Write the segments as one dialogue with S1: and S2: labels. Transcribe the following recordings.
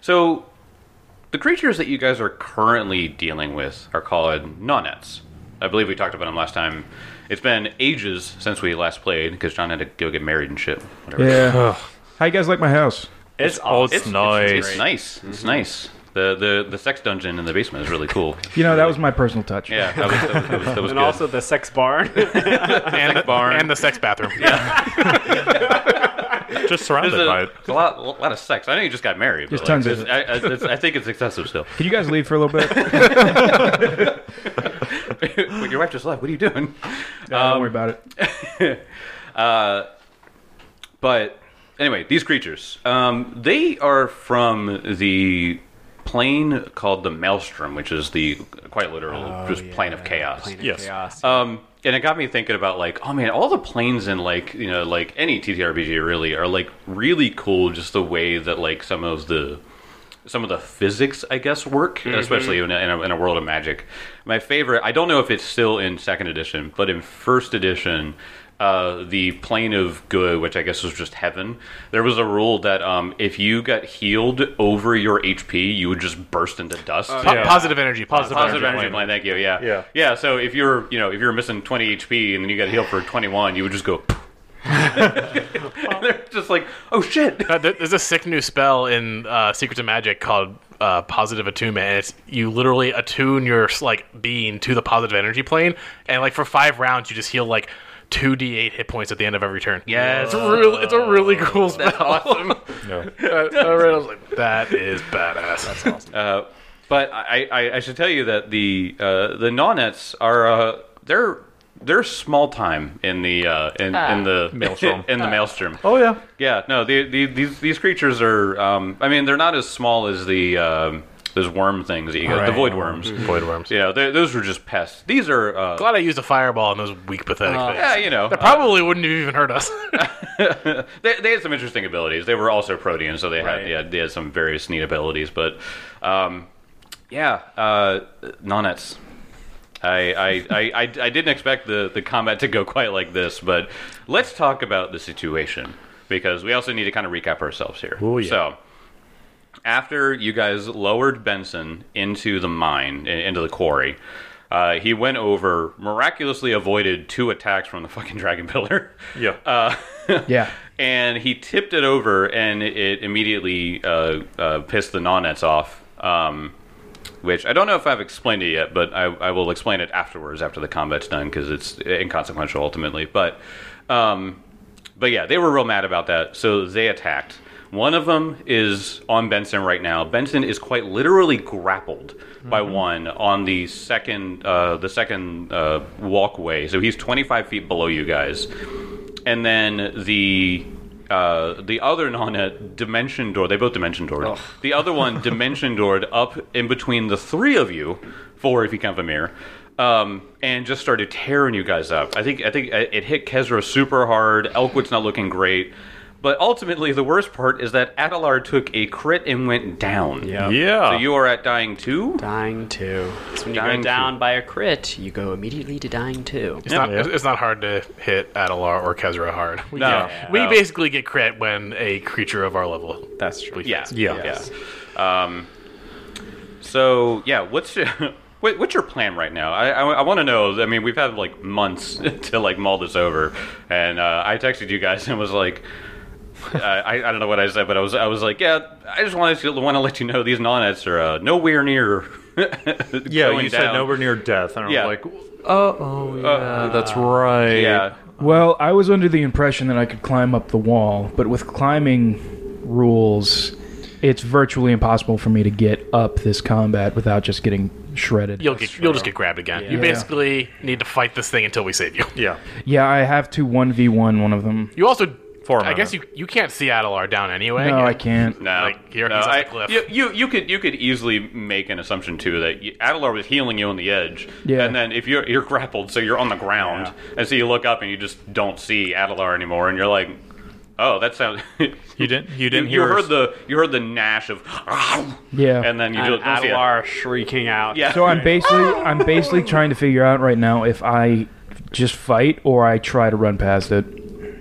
S1: So, the creatures that you guys are currently dealing with are called nonets. I believe we talked about them last time. It's been ages since we last played because John had to go get married and shit. Whatever.
S2: Yeah. How you guys like my house?
S3: It's oh, it's, nice.
S1: It's, nice. It's nice. The, the the sex dungeon in the basement is really cool.
S2: You know, that was my personal touch.
S1: Yeah, that was, that was, that was, that was
S4: And
S1: good.
S4: also the sex barn.
S3: and, the,
S1: barn.
S3: and the sex bathroom. Just surrounded
S1: There's a,
S3: by it.
S1: there's a lot, a lot of sex. I know you just got married.
S2: There's
S1: but
S2: tons of
S1: like, I, I, it's, I think it's excessive still.
S2: Can you guys leave for a little bit? Yeah,
S1: But Your wife just left. What are you doing?
S2: don't worry about it.
S1: But anyway, these creatures, um, they are from the plane called the Maelstrom, which is the quite literal just Oh, plane of chaos.
S3: Yes.
S4: Chaos.
S1: Um, and it got me thinking about like, oh man, all the planes in like you know like any TTRPG really are like really cool. Just the way that like some of the some of the physics, I guess, work, especially in a, in, a, in a world of magic. My favorite, I don't know if it's still in second edition, but in first edition, uh, the plane of good, which I guess was just heaven, there was a rule that um, if you got healed over your HP, you would just burst into dust.
S3: Po-
S1: Yeah.
S3: Positive energy. Positive,
S1: Positive energy plane. Thank you. Yeah.
S3: Yeah.
S1: Yeah. So if you're, you know, if you're missing 20 HP and then you got healed for 21, you would just go. and they're just like, oh shit.
S3: Uh, there- There's a sick new spell in uh, Secrets of Magic called uh, Positive Attunement, and it's you literally attune your like being to the positive energy plane, and like for five rounds, you just heal like two d8 hit points at the end of every turn.
S1: Yeah,
S3: it's a real, it's a really cool spell. awesome. I, I read, it, I was like, that is badass. That's awesome.
S1: Uh, but I, I, I should tell you that the uh, the nonettes are uh, they're they're small time in the uh, in, in the
S3: Maelstrom.
S1: in the maelstrom.
S2: Oh, yeah.
S1: Yeah, no, the, the, these these creatures are. Um, I mean, they're not as small as the um, those worm things that you got, the
S3: Right. Mm-hmm.
S1: void worms.
S3: Void worms.
S1: Yeah, they- those were just pests. These are. Uh,
S3: Glad I used a fireball on those weak, pathetic
S2: Oh.
S3: things.
S1: yeah, you know,
S3: That probably wouldn't have even hurt us.
S1: they, they had some interesting abilities. They were also protean, so they had yeah, they had some various neat abilities. But um, yeah, uh, nonettes. I I, I, I I didn't expect the, the combat to go quite like this, but let's talk about the situation because we also need to kind of recap ourselves here.
S3: Oh, yeah.
S1: So after you guys lowered Benson into the mine, i- into the quarry, uh, he went over, miraculously avoided two attacks from the fucking dragon pillar.
S3: Yeah.
S1: Uh,
S2: Yeah.
S1: and he tipped it over, and it immediately uh, uh, pissed the nonettes off. Um, which I don't know if I've explained it yet, but I, I will explain it afterwards after the combat's done because it's inconsequential ultimately. But, um, but yeah, they were real mad about that, so they attacked. One of them is on Benson right now. Benson is quite literally grappled by one on the second uh, the second uh, walkway, so he's 25 feet below you guys and then the uh, the other Nana dimension door. They both dimension doored. The other one dimension doored up in between the three of you, four if you count Vamir, um, and just started tearing you guys up. I think I think uh, it it hit Kezra super hard. Elkwood's not looking great. But ultimately, the worst part is that Adelar took a crit and went down.
S4: Yeah.
S3: yeah.
S1: So you are at dying two.
S4: Dying two. It's when you
S1: Dying
S4: go down by a crit, you go immediately to dying two.
S3: It's not, it's not hard to hit Adelar or Kezra hard. We,
S1: No.
S3: get- we
S1: No.
S3: basically get crit when a creature of our level.
S4: That's true.
S1: Yeah.
S3: Yeah.
S4: Yes.
S1: Yeah. Um, so yeah, what's your what, what's your plan right now? I I, want to know. I mean, we've had like months to like mull this over, and uh, I texted you guys and was like. I, I don't know what I said, but I was I was like, yeah, I just wanted to want to let you know these nonettes are uh, nowhere near.
S5: Yeah,
S1: going
S5: you said
S1: down.
S5: nowhere near death, and I'm
S1: Yeah.
S5: like, oh, oh yeah, that's right.
S1: Yeah,
S2: Well, I was under the impression that I could climb up the wall, but with climbing rules, it's virtually impossible for me to get up this combat without just getting shredded.
S3: You'll get, you'll just get grabbed again. You
S4: Yeah.
S3: basically need to fight this thing until we save you.
S5: yeah.
S2: Yeah, I have to 1v1 one of them.
S3: You also,
S5: For a
S3: I guess you
S5: moment.
S3: you can't see Adelar down anyway.
S2: No, I can't.
S1: no,
S3: Like, here
S1: no,
S3: comes
S1: I,
S3: the cliff.
S1: You, you you could you could easily make an assumption too that you, Adelar was healing you on the edge,
S2: Yeah.
S1: and then if you're you're grappled, so you're on the ground, and so you look up and you just don't see Adelar anymore, and you're like, oh, that sounds. you
S5: You didn't. You
S1: you
S5: didn't hear.
S1: heard
S5: us-
S1: the you heard the gnash of,
S2: Yeah.
S1: and then you
S4: And
S1: don't, don't see it.
S4: Adelar shrieking out.
S1: Yeah.
S2: So I'm basically I'm basically trying to figure out right now if I just fight or I try to run past it.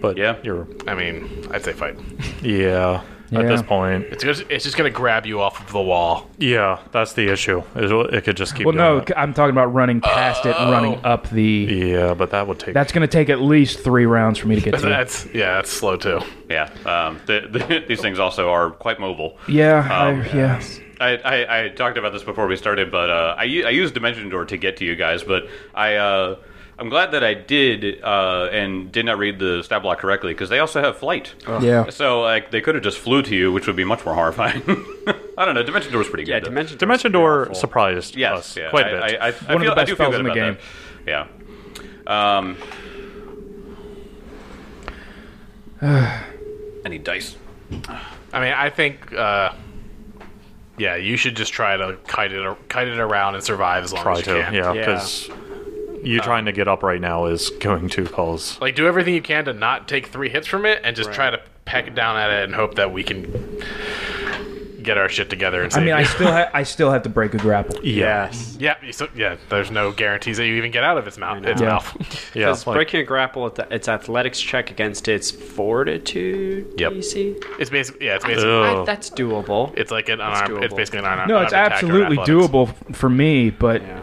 S5: but
S1: Yeah.
S5: you're.
S3: I mean, I'd say fight.
S5: Yeah. at
S2: Yeah.
S5: this point.
S3: It's just, it's just gonna grab you off of the wall.
S5: Yeah, that's the issue. Is It, it could just keep.
S2: Well,
S5: doing
S2: no,
S5: that.
S2: c- I'm talking about running past it and running up the.
S5: Yeah, but that would take.
S2: That's going to take at least three rounds for me to get to. it.
S3: That's yeah, that's slow too.
S1: Yeah, um, the, the, these things also are quite mobile.
S2: Yeah, I, yeah.
S1: I, I, I talked about this before we started, but uh, I, u- I used Dimension Door to get to you guys, but I uh, I'm glad that I did uh, and did not read the stat block correctly because they also have flight.
S2: Yeah.
S1: So like they could have just flew to you, which would be much more horrifying. I don't know. Dimension Door is pretty good.
S4: Yeah,
S1: though.
S4: dimension.
S5: Dimension Door surprised
S1: Yes,
S5: us
S1: yeah,
S5: quite
S1: I,
S5: a bit.
S1: I, I, I
S2: One of
S1: feel,
S2: the
S1: I
S2: best
S1: do feel
S2: spells
S1: good
S2: in the
S1: about That. Yeah. Um, I need dice.
S3: I mean, I think uh, yeah, you should just try to kite it ar- kite it around and survive as long
S5: Try
S3: as you
S5: to,
S3: can.
S5: yeah,
S4: Yeah.
S5: because
S1: Uh,
S5: you trying to get up right now is going to cause.
S3: Like do everything you can to not take three hits from it, and just try to peck down at it and hope that we can get our shit together. And
S2: I
S3: save
S2: mean,
S3: you.
S2: I still ha- I still have to break a grapple.
S4: Yes.
S3: yeah, you still- yeah. There's no guarantees that you even get out of its mouth. Its
S2: Yeah.
S3: mouth.
S5: yeah,
S4: Because
S5: it's like-
S4: breaking a grapple, at its athletics check against its fortitude
S3: Yep.
S4: DC.
S3: it's basically yeah. It's basically
S5: Ugh.
S4: I, that's doable.
S3: it's like an unarmed. It's
S4: doable.
S3: basically an unarmed.
S2: No, it's
S3: unarmed attack or
S2: absolutely
S3: athletics.
S2: doable f- for me, but
S4: yeah.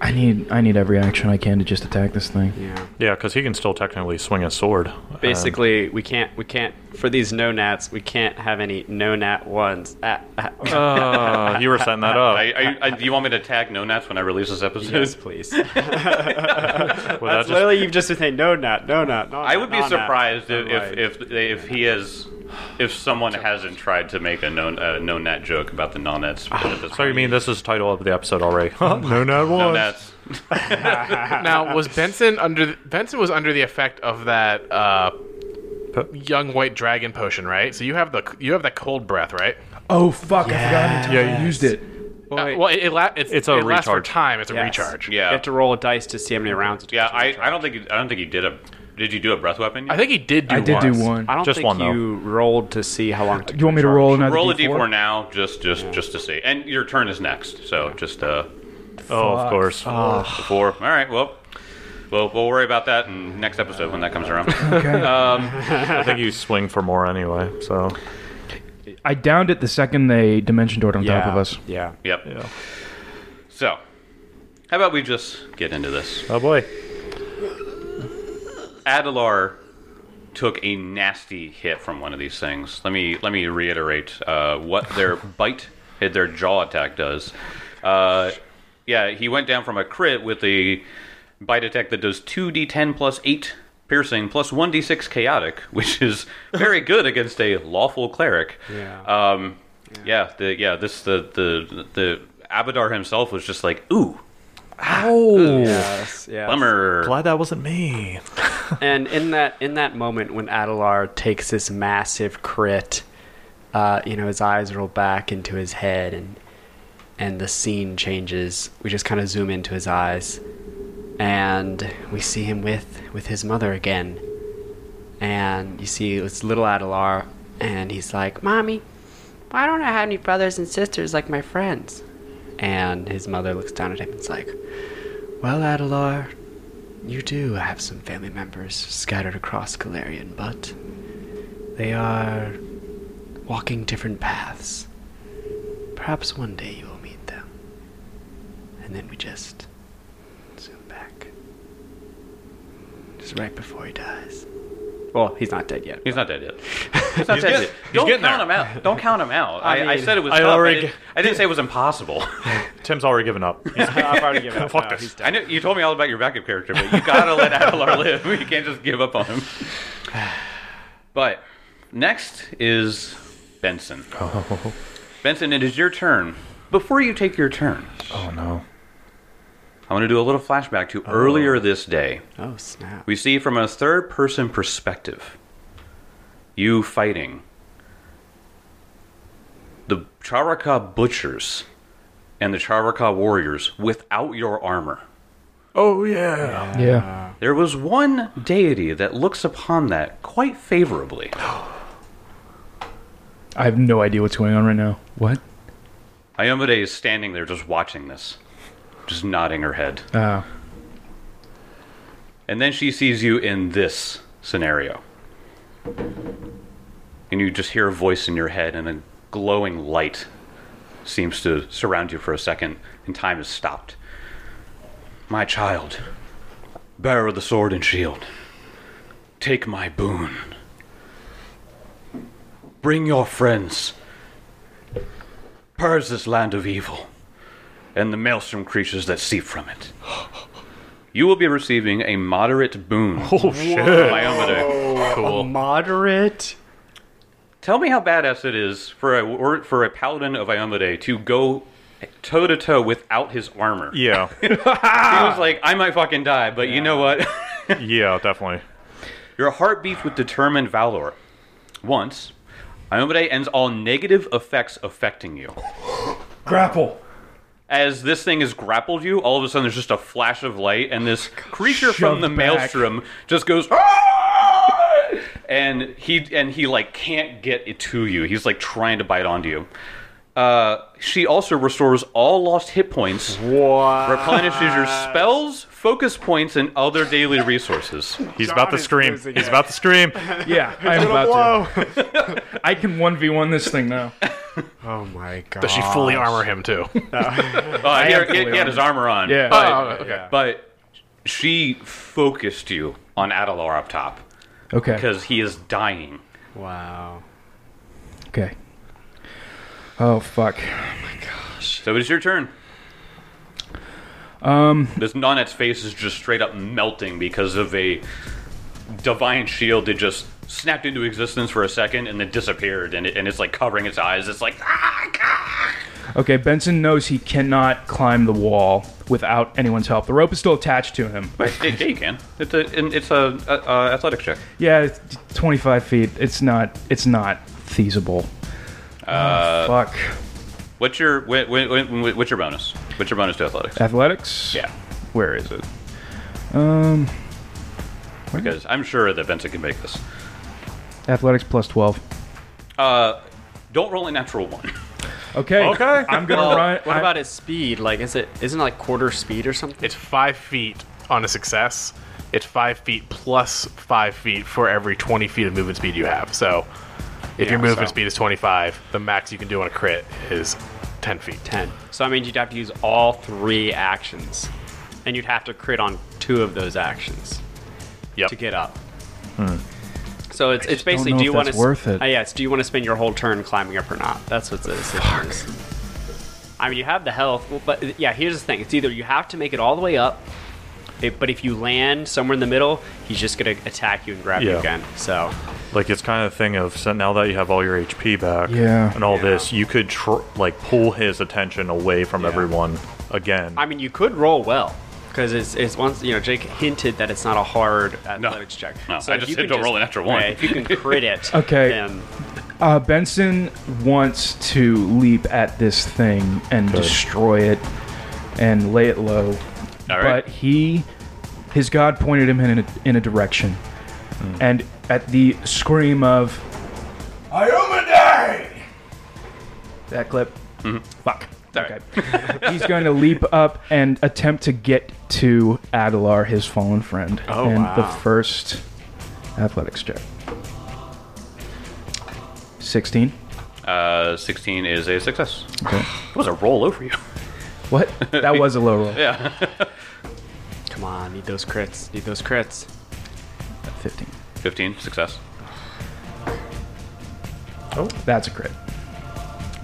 S2: I need I need every action I can to just attack this thing.
S4: Yeah.
S5: yeah, because he can still technically swing a sword. um,
S4: Basically, we can't. We can't. For these no nats, we can't have any no nat ones. Ah, ah,
S5: uh, you were setting that up.
S1: I, I, I, you want me to tag no nats when I release this episode?
S4: yes, please. that's
S5: Well, that just-
S4: literally you've just been saying no nat, no nat. No,
S1: I would be
S4: nat, no nat."
S1: surprised if,
S4: I'm like,
S1: if if they- if he has if someone hasn't tried to make a known uh, known nat joke about the non nets.
S5: so you mean this is the title of the episode already? no, no,
S1: no nats?
S3: Now, was Benson under the, Benson was under the effect of that uh,
S5: Po-
S3: young white dragon potion, right? So you have the you have that cold breath, right?
S2: Oh fuck! I forgot I
S5: Yes.
S2: used it.
S3: Uh,
S4: Wait.
S3: well, it, it la- it's,
S5: It's a
S3: it lasts for
S5: recharge.
S3: time. It's a
S4: Yes.
S3: recharge.
S1: Yeah.
S4: You have to roll a dice to see how many rounds. It
S1: Yeah,
S4: takes you to
S1: I,
S4: try.
S1: I don't think you- I don't think you did a did you do a breath weapon?
S3: I think he did do.
S2: I did do
S3: once.
S2: one.
S4: I don't
S5: Just
S4: think
S5: one, though.
S4: you rolled to see how long. It took
S2: You want me to roll another?
S1: roll a
S2: D4?
S1: d4 now, just just just to see. And your turn is next, so just uh
S5: Oh, of
S2: Fuck.
S5: course.
S1: four. All right, well. Well, we'll worry about that in next episode when that comes around.
S2: Okay.
S5: I think you swing for more anyway. So
S2: I downed it the second they dimension doored on
S4: Yeah.
S2: top of us.
S4: Yeah.
S1: yep.
S5: yeah.
S1: So, how about we just get into this?
S5: Oh boy.
S1: Adelar took a nasty hit from one of these things. Let me let me reiterate uh, what their bite, hit their jaw attack does. Uh, yeah, he went down from a crit with a bite attack that does two d10 plus eight piercing plus one d6 chaotic, which is very good against a lawful cleric.
S4: Yeah.
S1: Um, yeah. the yeah this the the the Abadar himself was just like ooh
S5: Oh,
S4: Yes, yes.
S1: bummer.
S5: glad that wasn't me.
S4: And in that in that moment when Adelar takes this massive crit, uh, you know, his eyes roll back into his head and and the scene changes. We just kind of zoom into his eyes and we see him with with his mother again. And you see it's little Adelar and he's like, "Mommy, why don't I have any brothers and sisters like my friends?" And his mother looks down at him and's like, "Well, Adelar, you do have some family members scattered across Galarian, but they are walking different paths. Perhaps one day you will meet them. And then we just zoom back. Just right before he dies. Well, he's not dead yet.
S1: He's not dead yet. He's not dead yet. Don't
S5: getting
S1: count him out. Don't count him out. I, I,
S4: mean,
S1: said it was
S5: I
S1: tough.
S5: already
S1: I, didn't,
S5: g-
S1: I didn't say it was impossible.
S5: Tim's already given up. He's-
S4: I've already given up.
S5: Fuck
S4: No,
S5: this.
S4: he's
S1: I
S4: dead.
S1: know you told me all about your backup character, but you gotta let Adelar live. You can't just give up on him. But next is Benson. Benson, it is your turn. Before you take your turn,
S5: oh no.
S1: I want to do a little flashback to earlier this day.
S4: Oh, snap.
S1: We see from a third person perspective you fighting the Charaka butchers and the Charaka warriors without your armor.
S5: Oh yeah.
S2: Yeah.
S1: There was one deity that looks upon that quite favorably.
S2: I have no idea what's going on right now. What?
S1: Ayomade is standing there just watching this, just nodding her head.
S2: Uh,
S1: And then she sees you in this scenario. and you just hear a voice in your head, and a glowing light seems to surround you for a second, and time is stopped. My child, bearer of the sword and shield, take my boon. Bring your friends. Purge this land of evil and the maelstrom creatures that seep from it. You will be receiving a moderate boon.
S5: Oh shit!
S1: by Omidou.
S4: A moderate.
S1: Tell me how badass it is for a wor- for a paladin of Iomade to go toe to toe without his armor.
S5: Yeah,
S1: He was like, I might fucking die, but you know what?
S5: yeah, definitely.
S1: Your heart beats with determined valor. Once, Iomade ends all negative effects affecting you.
S2: Grapple.
S1: As this thing has grappled you, all of a sudden there's just a flash of light, and this creature from
S2: Shoved
S1: the
S2: back.
S1: maelstrom just goes, "Ah!" and he and he like can't get it to you. He's like trying to bite onto you. Uh, she also restores all lost hit points,
S4: What?
S1: replenishes your spells, focus points, and other daily resources. Uh,
S5: He's
S4: John
S5: about to
S4: is
S5: scream.
S4: losing
S5: He's
S4: it.
S5: about to scream.
S2: Yeah, I'm about to. I can one v one this thing now.
S4: Oh my god.
S3: Does she fully armor him too?
S1: Uh, he,
S2: am
S1: he- he
S2: fully
S1: had his armor on.
S2: Yeah.
S1: But,
S3: Oh, okay.
S1: but she focused you on Adalar up top
S2: Okay.
S1: because he is dying.
S4: Wow.
S2: Okay. Oh fuck.
S1: So it's your turn. Um, this Nonette's face is just straight up melting because of a divine shield that just snapped into existence for a second and then disappeared, and, it, and it's like covering its eyes. It's like ah, God."
S2: Okay, Benson knows he cannot climb the wall without anyone's help. The rope is still attached to him.
S1: Wait, yeah, yeah, you can. It's a and it's a, a, a athletic check.
S2: Yeah, it's 25 feet. It's not. It's not feasible. Uh, fuck.
S1: What's your wh- wh- wh- what's your bonus? What's your bonus to athletics?
S2: Uh, Athletics.
S1: Yeah,
S2: Where is it?
S1: because I'm sure that Benson can make this.
S2: Athletics plus 12.
S1: Don't roll a natural one.
S2: Okay.
S5: Okay.
S2: I'm gonna run.
S4: What
S2: I-
S4: about his speed? Like, is it isn't it like quarter speed or something?
S3: It's five feet on a success. It's five feet plus five feet for every 20 feet of movement speed you have. So if your movement
S4: so-
S3: speed is 25, the max you can do on a crit is 10 feet.
S4: ten. So I mean, you'd have to use all three actions, and you'd have to crit on two of those actions
S3: Yep.
S4: to get up. So it's, it's basically
S2: know
S4: do
S2: if
S4: you want
S2: that's
S4: to
S2: worth it.
S4: Uh, yes, do you want to spend your whole turn climbing up or not? That's what the decision is. I mean, you have the health, well, but uh, yeah. Here's the thing: it's either you have to make it all the way up, it, but if you land somewhere in the middle, he's just gonna attack you and grab you
S5: Yeah.
S4: again. So
S5: Like it's kind of the thing of so now that you have all your HP back,
S2: Yeah.
S5: and all
S4: Yeah.
S5: this, you could tr- like pull his attention away from everyone again.
S4: I mean, you could roll well because it's, it's once you know Jake hinted that it's not a hard athletics check.
S1: No,
S4: so
S1: I
S4: if
S1: just
S4: you
S1: said
S4: can
S1: don't roll an extra one.
S4: Okay, if you can crit it,
S2: Okay.
S4: Then,
S2: Uh, Benson wants to leap at this thing and destroy it and lay it low.
S1: All right.
S2: But he, his God pointed him in a, in a direction. And at the scream of, Iomade! That clip. Fuck.
S1: Sorry.
S2: Okay. He's going to leap up and attempt to get to Adalar, his fallen friend.
S4: Oh,
S2: and the
S4: wow.
S2: first athletics check. 16.
S1: Uh, 16 is a success.
S2: Okay.
S1: It was a roll over you.
S2: What? That was a low roll.
S4: come on, need those crits, need those crits.
S2: 15.
S1: 15, success.
S2: That's a crit.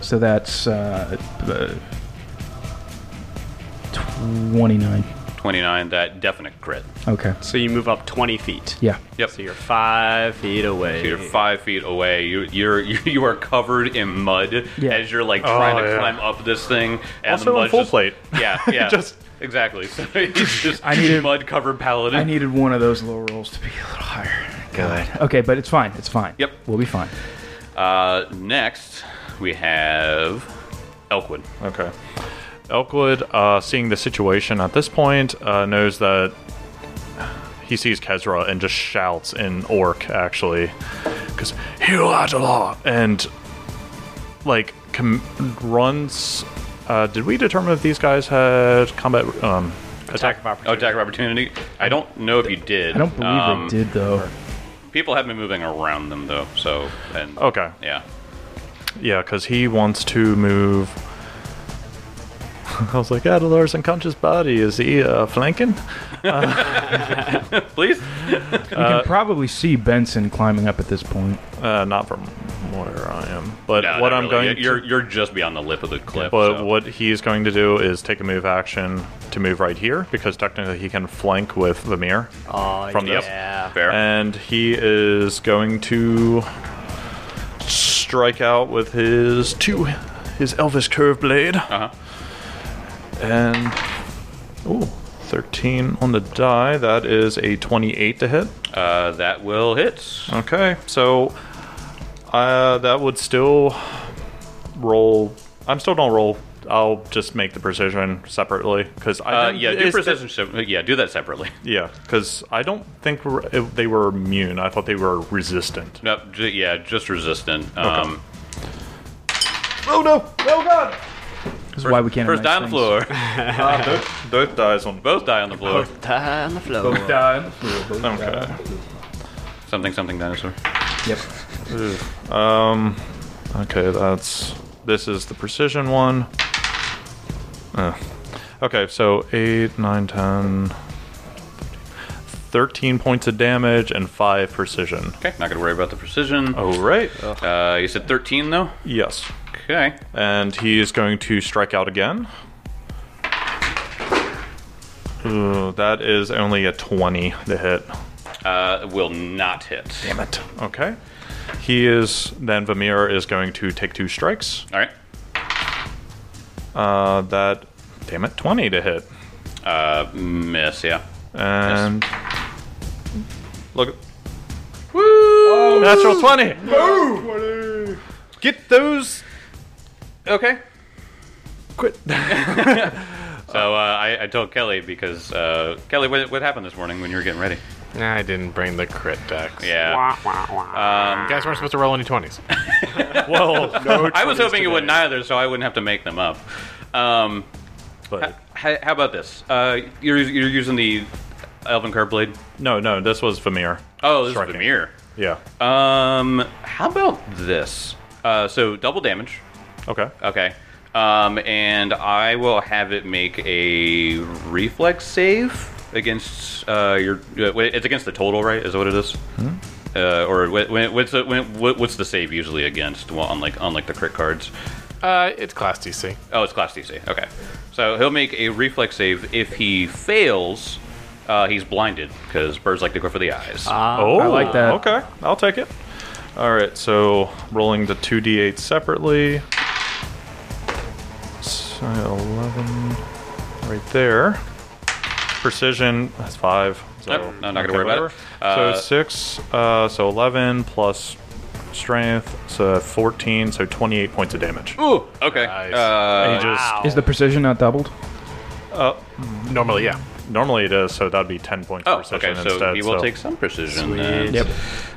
S2: So that's uh, uh, 29.
S1: 29, that definite crit.
S2: Okay.
S4: So you move up twenty feet.
S2: Yeah.
S1: Yep.
S4: So you're five feet away.
S1: So you're five feet away. You, you're you, you are covered in mud
S2: Yeah.
S1: as you're like trying to
S5: Oh, yeah.
S1: climb up this thing. And
S5: Also
S1: the
S5: on
S1: mud's
S5: full
S1: just-
S5: plate.
S1: Yeah, yeah,
S5: Just-
S1: exactly. So it's just
S2: I needed-
S1: mud covered paladin.
S2: I needed one of those low rolls to be a little higher. God. Okay, but it's fine. It's fine.
S1: Yep.
S2: We'll be fine.
S1: uh, next we have Elkwood.
S5: Okay. Elkwood, uh, seeing the situation at this point, uh, knows that he sees Kezra and just shouts in Orc, actually, because Hero Adalar! And, like, com- runs. Uh, did we determine if these guys had combat. Um,
S4: attack of opportunity.
S1: Oh, attack of opportunity. I don't know if you did.
S2: I don't believe
S1: um,
S2: they did, though.
S1: People have been moving around them though, so and
S5: Okay.
S1: yeah.
S5: Yeah, because he wants to move. I was like, Adelar's unconscious body. Is he uh, flanking?
S1: Please.
S2: You
S1: uh,
S2: can probably see Benson climbing up at this point.
S5: Uh, not from where I am. But
S1: No,
S5: what
S1: not
S5: I'm
S1: really.
S5: going
S1: you're
S5: to.
S1: you're just beyond the lip of the cliff.
S5: But
S1: so.
S5: what he is going to do is take a move action to move right here because technically he can flank with Vimir.
S4: Oh,
S5: From the-
S4: yeah.
S1: Fair.
S5: And he is going to strike out with his two, his Elvis curve blade.
S1: uh-huh.
S5: And ooh, 13 on the die. That is a 28 to hit.
S1: Uh, that will hit.
S5: Okay, so uh, that would still roll. I'm still don't roll. I'll just make the precision separately because I
S1: Uh,
S5: didn't-
S1: yeah, do
S5: is the-
S1: precision. sep- yeah, do that separately.
S5: yeah, because I don't think we're- if they were immune. I thought they were resistant.
S1: No, ju- yeah, just resistant. Um,
S5: Oh no! Oh god!
S2: This is why we can't.
S1: First die on the floor.
S5: Uh, both, both dies on both.
S1: Both die on the floor.
S4: Die on the floor.
S5: Okay.
S1: Something, something dinosaur.
S2: Yep.
S5: Okay, that's this is the precision one. Uh, okay, so 8, 9, 10, 13 points of damage and 5 precision.
S1: Okay, not gonna worry about the precision.
S5: All right.
S1: Uh, you said 13 though.
S5: yes.
S1: Okay.
S5: And he is going to strike out again. Ooh, that is only a 20 to hit.
S1: Uh, will not hit.
S5: Damn it. Okay. He is then Vamir is going to take two strikes.
S1: All right.
S5: Uh, that damn it, 20 to hit.
S1: Uh, miss. Yeah.
S5: And look. Woo!
S1: Oh,
S5: Natural 20. Get those.
S1: Okay.
S5: Quit.
S1: So uh, I, I told Kelly because uh, Kelly, what, what happened this morning when you were getting ready?
S3: Nah, I didn't bring the crit deck.
S1: Yeah. Uh,
S3: You guys weren't supposed to roll any 20s.
S5: Well, no.
S1: I was hoping you wouldn't either, so I wouldn't have to make them up. Um,
S5: But,
S1: h- how about this? Uh, you're you're using the Elven Curve Blade.
S5: no, no, this was Vamir.
S1: Oh, this
S5: Striking.
S1: is the mirror.
S5: Yeah.
S1: Um, how about this? Uh, so double damage.
S5: Okay.
S1: Okay. Um, and I will have it make a reflex save against uh, your. uh, wait, It's against the total, right? Is that what it is? Uh, or wh- when, what's the, when, wh- what's the save usually against? Well, unlike unlike the crit cards.
S3: Uh, it's class DC.
S1: Oh, it's class DC. Okay, so he'll make a reflex save. If he fails, uh, he's blinded because birds like to go for the eyes.
S5: oh, I
S2: like that.
S5: Okay, I'll take it. All right, so rolling the 2d8 separately. So 11 right there. Precision, that's 5. So
S1: Yep, I'm not gonna worry about it.
S5: whatever.
S1: Uh,
S5: so 6, uh, so 11 plus strength, so 14, so 28 points of damage.
S1: Ooh, okay.
S3: Nice.
S1: Uh,
S5: He just-
S2: Is the precision not doubled?
S3: Normally, yeah.
S5: Normally it is, so that'd be 10 points
S1: oh,
S5: of precision
S1: okay. So
S5: instead.
S1: he will
S5: so-
S1: take some precision. then.
S2: Yep.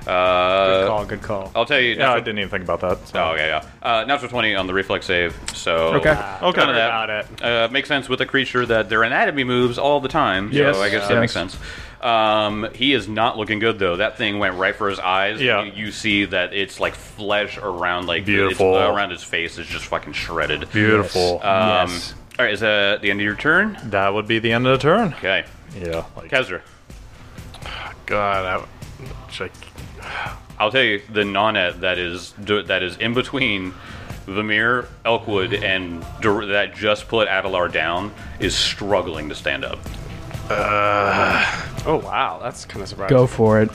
S4: Good
S1: Uh,
S4: call, good call.
S1: I'll tell you.
S5: Yeah, I didn't even think about that. so-
S1: Oh, okay, yeah. Uh, natural 20 on the reflex save, so.
S2: Okay.
S5: Okay.
S1: None of that.
S4: About it.
S1: Uh, makes sense with a creature that their anatomy moves all the time,
S5: Yes.
S1: so I guess that
S2: Yes.
S1: makes sense. Um, he is not looking good, though. That thing went right for his eyes.
S5: Yeah.
S1: You, you see that it's like flesh around, like, it's- uh,
S5: Beautiful.
S1: around his face is just fucking shredded.
S5: Beautiful.
S1: Um,
S2: Yes.
S1: All right, is that the end of your turn?
S5: That would be the end of the turn.
S1: Okay.
S5: Yeah. Like,
S1: Kezra.
S3: God, I, should
S1: I'll tell you the nonet that is that is in between Vamir, Elkwood, and Dur- that just put Adelar down is struggling to stand up.
S4: Oh, wow. That's kind of surprising.
S2: Go for it.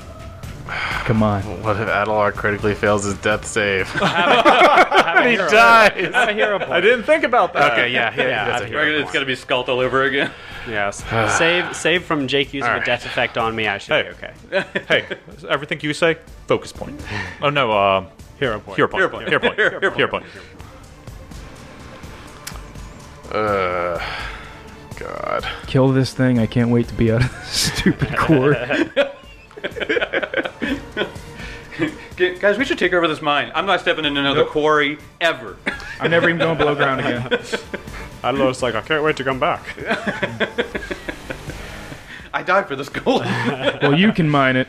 S2: Come on.
S3: I- what if Adelar critically fails his death save? and he dies.
S4: I'm a hero point.
S5: I didn't think about that.
S3: Okay, yeah, yeah,
S4: yeah,
S3: that's a
S4: I-
S3: hero.
S1: It's gonna be Skelt all over again.
S4: Yes.
S2: Ah.
S4: save, save from Jake using
S3: Alright.
S4: a death effect on me. I should
S5: Hey.
S4: be okay.
S5: hey, is everything you say, focus point. Oh no, uh,
S4: Hero point.
S5: hero point.
S1: Hero point.
S5: Hero point.
S1: Hero
S5: Hero
S1: point.
S5: point.
S3: God.
S2: Kill this thing. I can't wait to be out of this stupid core.
S1: Gu- Guys, we should take over this mine. I'm not stepping in another quarry ever.
S2: I'm never even going below ground again.
S4: Adelar's like, I can't wait to come back.
S1: I died for this gold.
S2: Well, you can mine it.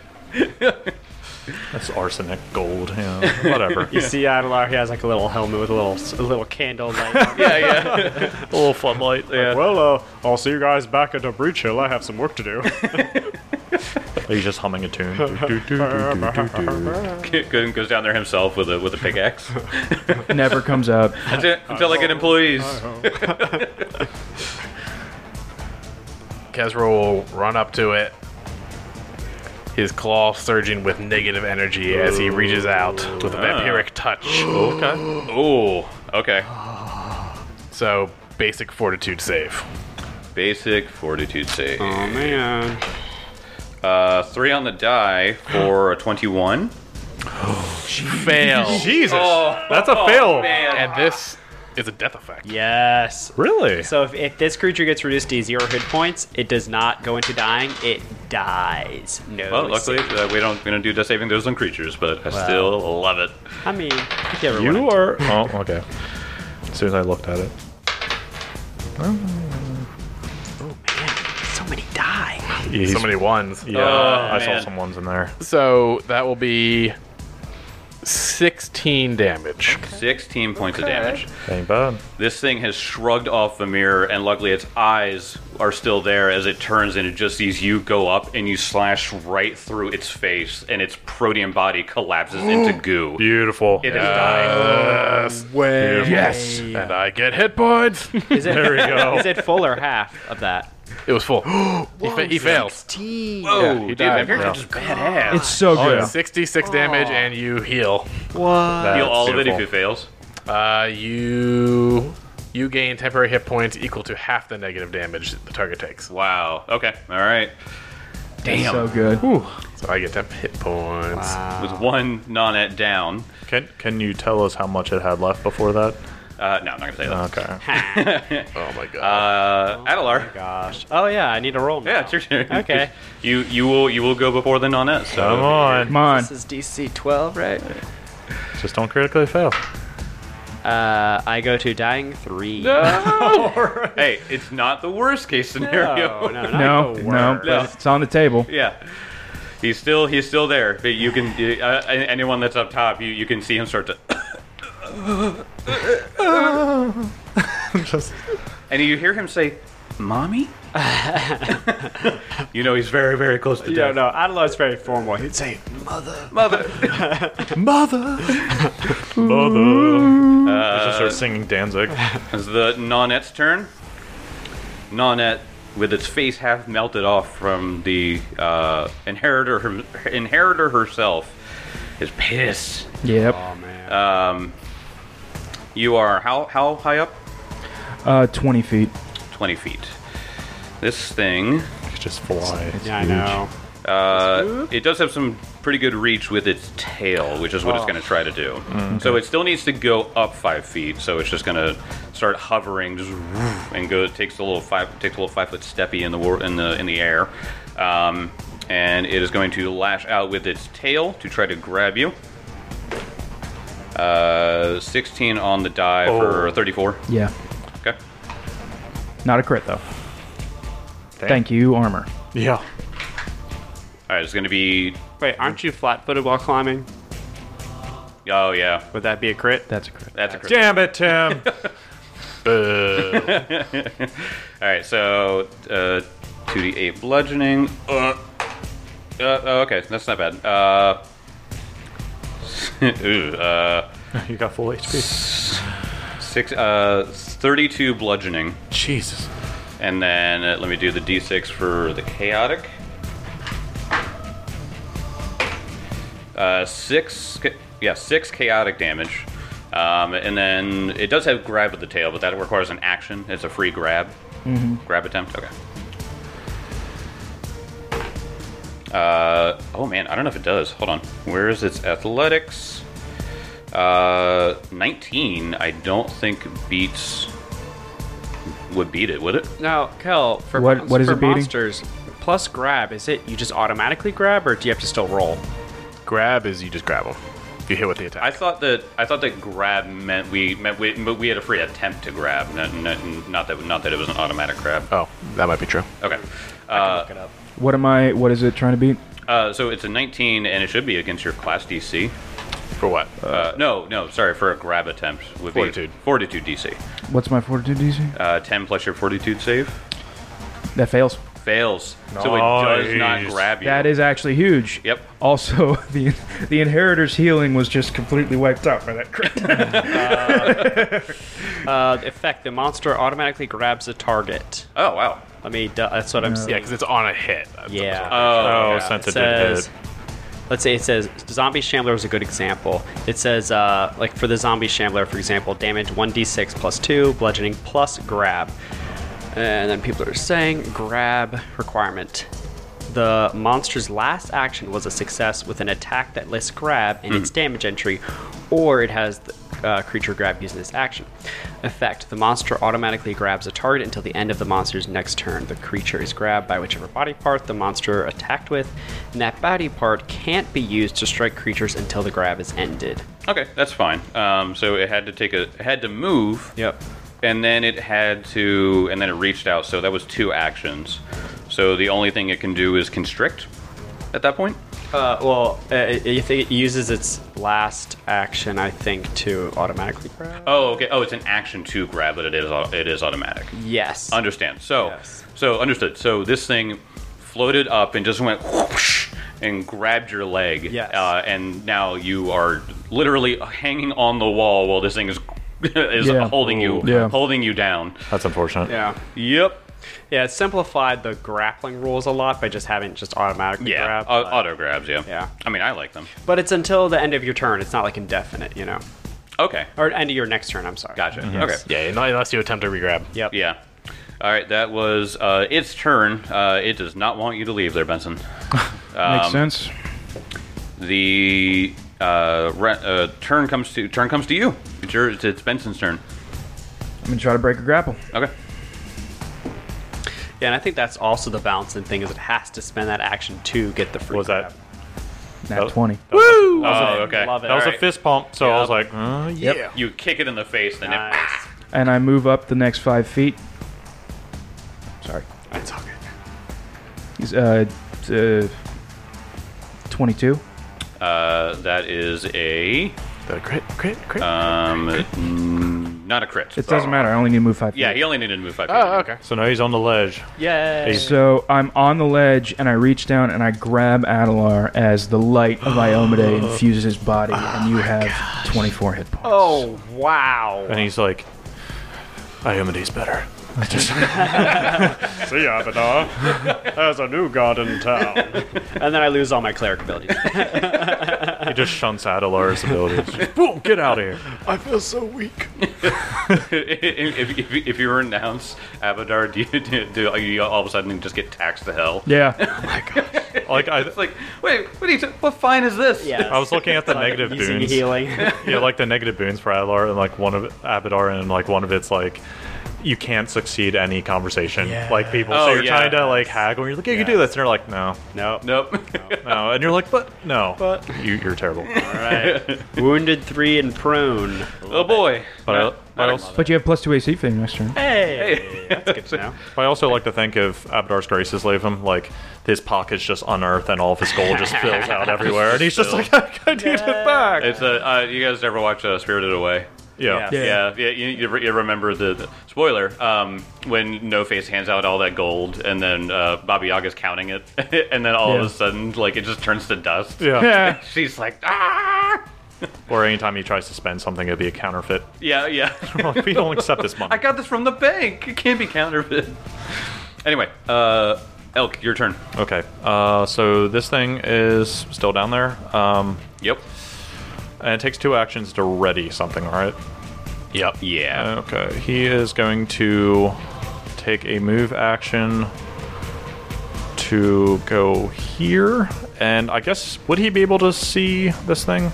S5: That's arsenic gold. Yeah, whatever.
S4: You see Adelar, he has like a little helmet with a little s- a little candle light. on it.
S1: Yeah, yeah.
S5: a little floodlight.
S1: Yeah.
S5: well, uh, I'll see you guys back at the breach hill. I have some work to do. He's just humming a tune. Do, do, do, do, do, do, do.
S1: Gooden goes down there himself with a with a pickaxe.
S2: Never comes up.
S1: That's it. Until I get employees.
S3: Kezra will run up to it, his claw surging with negative energy as he reaches out with a vampiric
S4: Ah.
S3: touch.
S1: Okay. Ooh. Okay.
S3: So, basic fortitude save.
S1: Basic fortitude save.
S4: Oh man.
S1: Uh, three on the die for a twenty-one.
S3: Fail.
S5: Jesus,
S1: Oh.
S5: that's a fail.
S3: And this is a death effect.
S4: Yes.
S5: Really?
S4: So if, if this creature gets reduced to zero hit points, it does not go into dying. It dies. No.
S1: Well, luckily
S4: save.
S1: uh, we don't we don't do death saving throws on creatures, but I still love it.
S4: I mean, if you ever
S5: you
S4: wanted
S5: are. Oh, okay. As soon as I looked at it,
S4: to- Man, so many die.
S5: yeah, he's-
S3: So many ones.
S5: yeah,
S1: Oh,
S5: I
S1: man.
S5: saw some ones in there.
S3: So that will be 16 damage.
S1: Sixteen points of damage.
S5: Ain't bad.
S1: This thing has shrugged off the mirror, and luckily its eyes are still there as it turns and it just sees you go up and you slash right through its face, and its protean body collapses into goo. Uh,
S5: Beautiful.
S1: It is dying.
S3: Way.
S5: Yes.
S3: And I get hit points.
S4: Is it,
S5: There we go.
S4: is it full or half of that?
S3: it was full. he, fa- he fails.
S1: Whoa,
S3: Yeah, he
S1: oh, dude,
S3: died.
S1: vampires
S5: Yeah.
S1: are just badass.
S2: It's so
S5: Oh,
S2: good.
S5: yeah.
S3: 66 damage, and you heal.
S4: What?
S1: Heal
S5: That's
S1: all of it if
S5: beautiful.
S1: it fails.
S3: Uh, you you gain temporary hit points equal to half the negative damage the target takes.
S1: Wow. Okay. All right. Damn.
S2: So good.
S3: So I get temp hit points.
S1: With one nonet down.
S5: Can Can you tell us how much it had left before that?
S1: Uh, no, I'm not gonna say that.
S5: Okay.
S3: Oh my god.
S1: Uh, Adelar.
S4: Gosh. Oh yeah, I need a roll. Now.
S1: Yeah, it's your turn.
S4: Okay.
S1: You you will you will go before the nonet. So
S5: Come on.
S2: Come on.
S4: This is DC 12, right?
S5: Just don't critically fail.
S4: Uh, I go to dying three.
S1: hey, it's not the worst case scenario.
S4: No, no, not
S2: No,
S4: the
S2: no,
S4: worst.
S1: No.
S2: but it's on the table.
S1: Yeah. He's still he's still there. But you can you- uh, anyone that's up top, you, you can see him start to
S5: Just
S1: and you hear him say, "Mommy?" you know he's very very close to
S4: No,
S1: death.
S4: no, Adelar's very formal. He'd say,
S1: Mother.
S5: mother, mother. Uh, just start singing Danzig.
S1: It's the Nonette's turn. Nonette, with its face half melted off from the uh, inheritor, her, inheritor herself, is pissed.
S2: Yep.
S1: You are how how high up?
S2: Uh, 20 feet.
S1: Twenty feet. This thing,
S5: Uh, Just fly.
S4: Yeah, I know.
S1: uh, it does have some pretty good reach with its tail, which is what it's going to try to do. So it still needs to go up five feet. So it's just going to start hovering, just woof, and go takes a little five takes a little five foot steppy in the war, in the in the air, um, and it is going to lash out with its tail to try to grab you. Uh, 16 on the die for
S5: Oh.
S1: 34.
S2: Yeah.
S1: Okay.
S2: Not a crit, though. Thank you, armor.
S5: Yeah.
S1: All right, it's going to be.
S4: Wait, aren't you flat-footed while climbing?
S1: Oh yeah,
S4: Would that be a crit?
S2: That's a crit.
S1: that's a crit.
S5: Damn it, Tim.
S3: Boo.
S1: All right, so uh, 2d8 bludgeoning. Uh, uh, oh, okay, that's not bad. Uh, ooh, uh,
S5: you got full HP.
S1: six, uh, 32 bludgeoning,
S5: Jesus.
S1: and then uh, let me do the d6 for the chaotic. Uh, six, ca- yeah, six chaotic damage, um, and then it does have grab with the tail, but that requires an action. It's a free grab, grab attempt. Okay. Uh, oh man, I don't know if it does. Hold on. Where is its athletics? Uh, 19. I don't think beats would beat it, would it?
S4: Now, Kel, for,
S2: What- what is
S4: for
S2: it beating?
S4: monsters, plus grab, is it you just automatically grab, or do you have to still roll?
S3: grab is you just grab him. You hit with the attack.
S1: I thought that I thought that grab meant we meant we, but we had a free attempt to grab, not, not, not that not that it was an automatic grab.
S3: oh, that might be true.
S1: Okay. Uh,
S4: Look it up.
S2: What am I? What is it trying to beat?
S1: Uh, so it's a 19, and it should be against your class DC.
S3: For what?
S1: Uh, no, no, sorry, for a grab attempt would
S3: Fortitude.
S1: be fortitude DC.
S2: What's my fortitude DC?
S1: Uh, 10 plus your fortitude save
S2: That fails.
S1: fails, so it does not
S5: Nice.
S1: grab you.
S2: That is actually huge.
S1: Yep.
S2: Also, the the inheritor's healing was just completely wiped out by that crit.
S4: Uh, effect: the monster automatically grabs a target.
S1: Oh wow.
S4: Let me. du- that's what I'm
S3: Yeah,
S4: seeing.
S3: because it's on a hit. That's-
S1: Oh,
S4: Yeah.
S5: Oh,
S1: yeah.
S5: since
S4: It
S5: it did
S4: says.
S5: hit.
S4: Let's say it says zombie shambler was a good example. It says uh, like for the zombie shambler, for example, damage one d6 plus two, bludgeoning plus grab. And then people are saying grab requirement. The monster's last action was a success with an attack that lists grab in its damage entry, or it has the uh, creature grab using this action. Effect The monster automatically grabs a target until the end of the monster's next turn. The creature is grabbed by whichever body part the monster attacked with, and that body part can't be used to strike creatures until the grab is ended.
S1: Okay, that's fine. Um, so it had to take a it had to move.
S4: Yep.
S1: And then it had to, and then it reached out. So that was two actions. So the only thing it can do is constrict. At that point,
S4: Uh, well, uh, it, it, I think it uses its last action, I think, to automatically grab.
S1: oh okay, oh it's an action to grab, but it is au- it is automatic.
S4: Yes.
S1: Understand? So
S4: Yes.
S1: so understood. So this thing floated up and just went whoosh and grabbed your leg.
S4: Yes.
S1: Uh, and now you are literally hanging on the wall while this thing is is
S2: Yeah.
S1: holding you
S2: Yeah.
S1: holding you down.
S5: That's unfortunate.
S4: yeah.
S1: Yep.
S4: Yeah, it simplified the grappling rules a lot by just having it just automatically
S1: Yeah,
S4: grab.
S1: au-
S4: but-
S1: auto grabs. Yeah,
S4: Yeah.
S1: I mean, I like them.
S4: But it's until the end of your turn. It's not like indefinite, you know,
S1: Okay,
S4: or end of your next turn. I'm sorry.
S1: gotcha.
S5: Mm-hmm.
S1: Okay,
S3: Yeah, not unless you attempt to regrab.
S4: Yep.
S1: yeah. All right, that was uh, its turn. Uh, it does not want you to leave there, Benson. Um,
S2: Makes sense.
S1: The uh, re- uh, turn comes to turn comes to you. It's your it's, it's Benson's turn.
S2: I'm gonna try to break a grapple.
S1: Okay.
S4: Yeah, and I think that's also the balancing thing is it has to spend that action to get the free.
S5: What was
S4: grab.
S5: that?
S2: Nat 20.
S5: Woo!
S1: Oh, okay.
S4: Love it.
S5: That was
S1: All
S5: a
S1: right.
S5: fist pump, so I was like, uh, yeah.
S1: You kick it in the face, then it,
S4: Nice.
S2: And I move up the next five feet. Sorry.
S4: That's all good.
S2: Is, Uh, uh, 22.
S1: uh, that is a
S3: The crit, crit, crit.
S1: um, mm, not a crit.
S2: It doesn't matter. I only need to move five feet.
S1: Yeah, he only needed to move five. feet.
S3: oh, okay.
S5: So now he's on the ledge.
S4: Yay.
S2: So I'm on the ledge and I reach down and I grab Adelar as the light of Iomade infuses his body and you have 24 hit points.
S4: Oh wow.
S5: And he's like, Iomedes better.
S6: See, Abadar. There's a new god in town.
S4: And then I lose all my cleric abilities.
S5: He just shunts Adelar's abilities. Just, Boom, get out of here.
S6: I feel so weak.
S1: if, if, if you were announced Abadar, do you, do, do you all of a sudden just get taxed to hell?
S2: Yeah.
S5: Like I,
S1: It's like, wait, what, are you t- what fine is this?
S4: yeah.
S5: I was looking at the negative
S4: using
S5: boons.
S4: healing.
S5: Yeah, like the negative boons for Adelar, and like one of Abadar, and like one of it's like. You can't succeed any conversation, like people.
S1: Oh,
S5: so you're
S1: yeah.
S5: trying to like haggle. You're like, yeah, you can do this, and they're like, no,
S4: no.
S1: Nope.
S5: no, and you're like, but no, but you, you're terrible.
S4: Wounded three and prune.
S1: oh boy.
S5: But I, but I,
S1: Not-
S5: also,
S2: But you have plus 2 AC for your next turn.
S4: Hey. That's good to know.
S5: but I also like to think of Abadar's graces leave him like his pockets just unearth and all of his gold just spills out everywhere, and he's just like, I need it back.
S1: It's a. Uh, you guys ever watch uh, Spirited Away?
S5: yeah.
S2: Yeah.
S1: Yeah, yeah. You, you, re- you remember the, the spoiler um, when No Face hands out all that gold, and then uh, Bobby Yaga's counting it, and then all
S2: Yeah.
S1: of a sudden, like it just turns to dust.
S5: yeah.
S2: Yeah.
S1: She's like, ah.
S5: Or anytime he tries to spend something, it'd be a counterfeit.
S1: Yeah, yeah.
S5: Like, we don't accept this money.
S1: I got this from the bank. It can't be counterfeit. Anyway, uh, Elk, your turn.
S5: okay, uh, so this thing is still down there, um,
S1: Yep.
S5: and it takes two actions to ready something. All right.
S3: Yep.
S1: Yeah.
S5: Okay, he is going to take a move action to go here, and I guess would he be able to see this thing?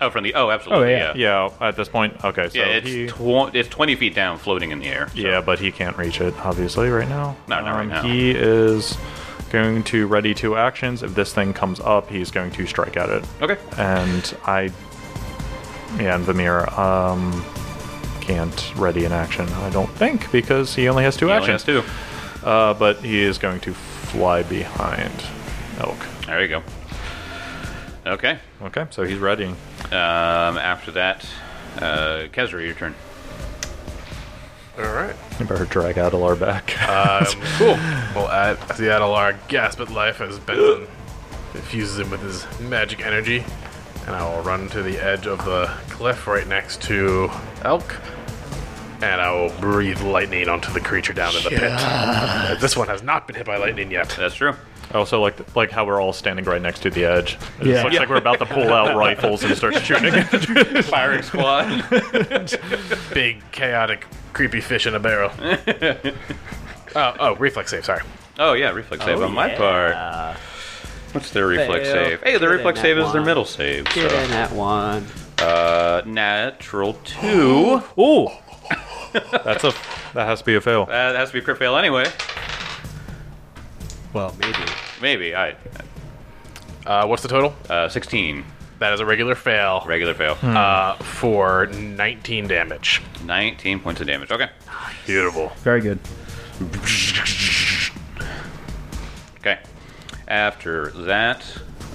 S1: oh, from the. Oh, absolutely.
S2: Oh, yeah.
S1: yeah.
S5: Yeah, at this point. Okay, so
S1: Yeah, it's
S5: he.
S1: tw- it's twenty feet down, floating in the air. so-
S5: Yeah, but he can't reach it, obviously, right now. Um,
S1: No, not right now.
S5: He is going to ready two actions. If this thing comes up, he's going to strike at it.
S1: Okay.
S5: And I. Yeah, and Vamir um, can't ready an action, I don't think, because he only has two
S1: He only
S5: actions.
S1: has two.
S5: Uh, but he is going to fly behind Elk.
S1: There you go. Okay.
S5: Okay, so he's readying.
S1: Um, after that, uh, Kezra, your turn.
S3: All right.
S5: You better drag Adelar back.
S3: cool. um, Well, uh, at the Adelar gasp at life as Benson infuses him with his magic energy, and I will run to the edge of the cliff right next to Elk, and I will breathe lightning onto the creature down in the pit. Uh, This one has not been hit by lightning yet.
S1: That's true.
S5: I also like like how we're all standing right next to the edge. It
S2: Yeah.
S5: just looks like we're about to pull out rifles and start shooting.
S1: Firing squad.
S3: Big, chaotic, creepy fish in a barrel. oh, oh, reflex save, sorry.
S1: oh yeah, reflex save on
S4: Oh,
S1: my part. What's their reflex
S4: Fail.
S1: save? Hey,
S4: Get
S1: their reflex
S4: in
S1: save
S4: that
S1: is their
S4: one.
S1: middle save.
S4: Get
S1: so.
S4: in that one.
S1: Uh, natural two.
S5: Ooh, that's a that has to be a fail.
S1: Uh, that has to be a crit fail anyway.
S5: Well,
S4: Maybe.
S1: Maybe I.
S3: Uh, what's the total?
S1: Uh, Sixteen.
S3: That is a regular fail
S1: Regular fail.
S3: uh, for 19 damage.
S1: Nineteen points of damage. Okay.
S3: Beautiful.
S2: Very good.
S1: Okay. After that,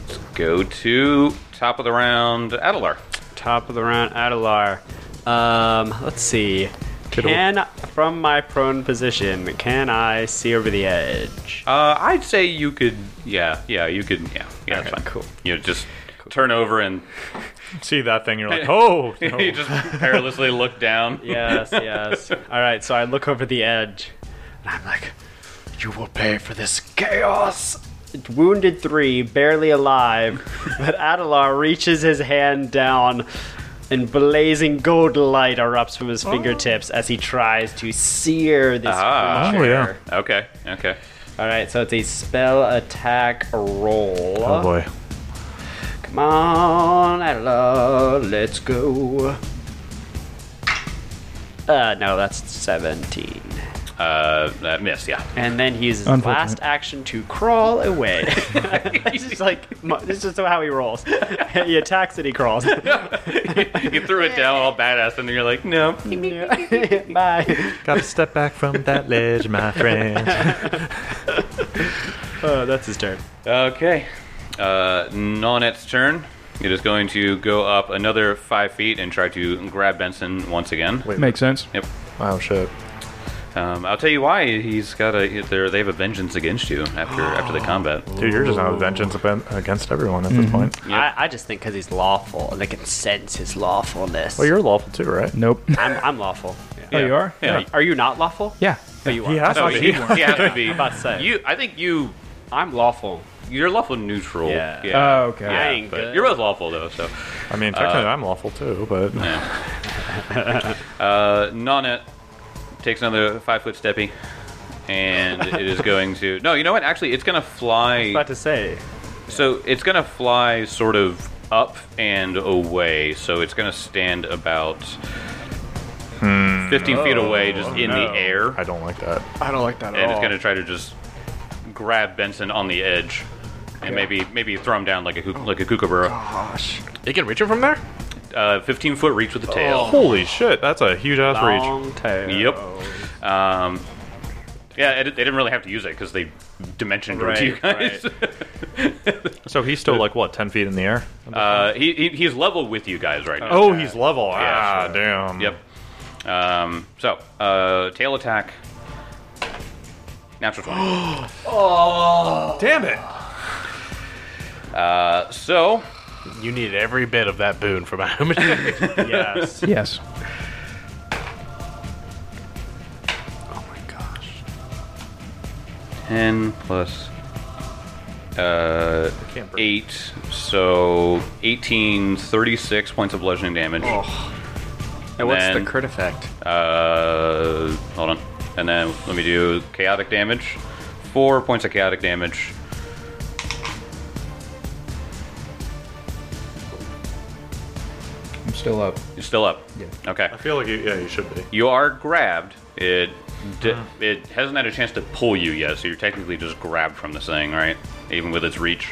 S1: let's go to top of the round, Adelar.
S4: Top of the round, Adelar. Um, let's see. Can from my prone position, can I see over the edge?
S1: Uh, I'd say you could. Yeah, yeah, you could. Yeah, yeah, that's
S4: Okay,
S1: fine.
S4: cool.
S1: You know, just turn over and
S5: see that thing, you're like, oh, no.
S1: you just perilously look down.
S4: yes, yes. All right, so I look over the edge, and I'm like, "You will pay for this chaos." Wounded three, barely alive, but Adelar reaches his hand down, and blazing gold light erupts from his fingertips as he tries to sear this
S1: Ah.
S5: oh
S4: creature.
S5: yeah,
S1: Okay. Okay.
S4: All right, so it's a spell attack roll.
S5: oh boy,
S4: Come on, Adelar, let's go. Uh, no, that's 17.
S1: Uh, that missed. Yeah.
S4: and then he uses his
S2: Unfortunate.
S4: last action to crawl away. this is like mu- this is how he rolls. he attacks and he crawls.
S1: you threw it down all badass, and then you're like, no.
S4: Bye.
S5: gotta step back from that ledge, my friend.
S4: Oh, that's his turn.
S1: Okay. Uh, Nonet's turn. It is going to go up another five feet and try to grab Benson once again.
S2: Makes sense.
S1: Yep.
S5: Wow, shit.
S1: Um, I'll tell you why he's got a. they're- They have a vengeance against you after after the combat.
S4: Oh,
S5: Dude, you're just out of vengeance aben- against everyone at this point.
S4: I, I just think because he's lawful and they can sense his lawfulness.
S5: Well, you're lawful too, right?
S2: Nope.
S4: I'm, I'm lawful.
S2: Oh, you are?
S1: Yeah.
S4: Are you not lawful?
S2: Yeah.
S4: Oh, you are.
S5: He has
S1: No,
S5: to
S1: he,
S5: be.
S1: he has to be.
S4: I'm about to say.
S1: You, I think you.
S4: I'm lawful.
S1: You're lawful neutral.
S4: Yeah.
S6: Uh,
S2: Oh, okay.
S1: Yeah,
S4: I ain't
S1: but
S4: good.
S1: You're both lawful though, so.
S5: I mean, technically, I'm lawful too, but
S1: Uh, Nonet takes another five foot steppy, and it is going to. No, you know what? Actually, it's going to fly.
S4: About to say.
S1: So it's going to fly sort of up and away. So it's going to stand about
S4: Hmm.
S1: 15 feet away, just in the air,
S5: I don't like that.
S6: I don't like that Oh, at
S1: and it's
S6: all.
S1: going to try to just grab Benson on the edge. And maybe maybe throw him down like a koo- like a kookaburra.
S6: Gosh.
S3: You can reach him from there?
S1: Uh, Fifteen foot reach with the
S6: Oh.
S1: tail.
S5: Holy shit, that's a huge ass reach.
S4: Long tail.
S1: Yep. Um, yeah, it, they didn't really have to use it because they dimensioned it to you guys.
S5: So he's still like what, ten feet in the air?
S1: uh, he, he he's level with you guys right now.
S5: oh, he's level. ah,
S1: sure.
S5: damn.
S1: Yep. Um, so uh, tail attack. Natural twenty.
S5: Damn it.
S1: Uh, so
S3: You need every bit of that boon from him.
S4: Yes.
S2: Yes.
S1: ten plus uh,
S5: Can't breathe.
S1: eight, so 18, 36 points of bludgeoning damage.
S4: And what's
S1: Then-
S4: the crit effect?
S1: Uh, hold on. And then let me do chaotic damage. Four points of chaotic damage.
S2: I'm still up.
S1: You're still up. Yeah. Okay.
S5: I feel like you, yeah, you should be.
S1: You are grabbed. It d-
S5: Hmm.
S1: it hasn't had a chance to pull you yet, so you're technically just grabbed from this thing, right? Even with its reach.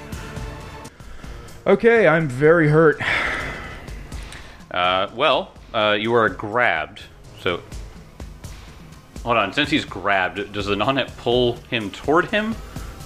S2: Okay, I'm very hurt.
S1: Uh, well, uh, you are grabbed. So hold on. Since he's grabbed, does the nonet pull him toward him,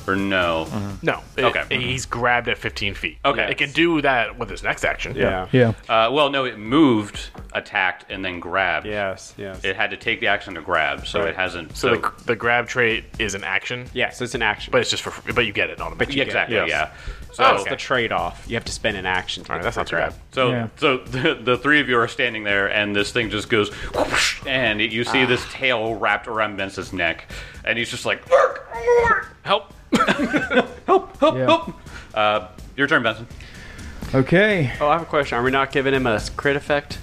S1: Or no?
S3: No. It-
S1: Okay.
S3: He's grabbed at 15 feet.
S1: Okay.
S3: It can do that with his next action.
S4: Yeah.
S2: Yeah.
S1: Uh, well, no, it moved, attacked, and then grabbed.
S4: Yes. Yes.
S1: It had to take the action to grab, so it hasn't.
S3: So, the, the grab trait is an action,
S4: yeah. So it's an action.
S3: but it's just for free, but you get it automatically.
S1: Yeah, exactly.
S5: Yes.
S1: Yeah. So
S4: that's
S3: Oh, okay.
S4: the trade-off. You have to spend an action. To
S3: All right,
S4: get
S3: that's
S4: the
S3: not too
S4: free
S3: bad.
S4: grab.
S1: So,
S2: Yeah.
S1: so the, the three of you are standing there, and this thing just goes, whoosh, and you see this
S3: Ah.
S1: tail wrapped around Vince's neck, and he's just like, "Ark, ark."
S3: Help.
S2: yeah.
S1: uh, your turn, Benson.
S2: Okay.
S4: Oh, I have a question. Are we not giving him a crit effect?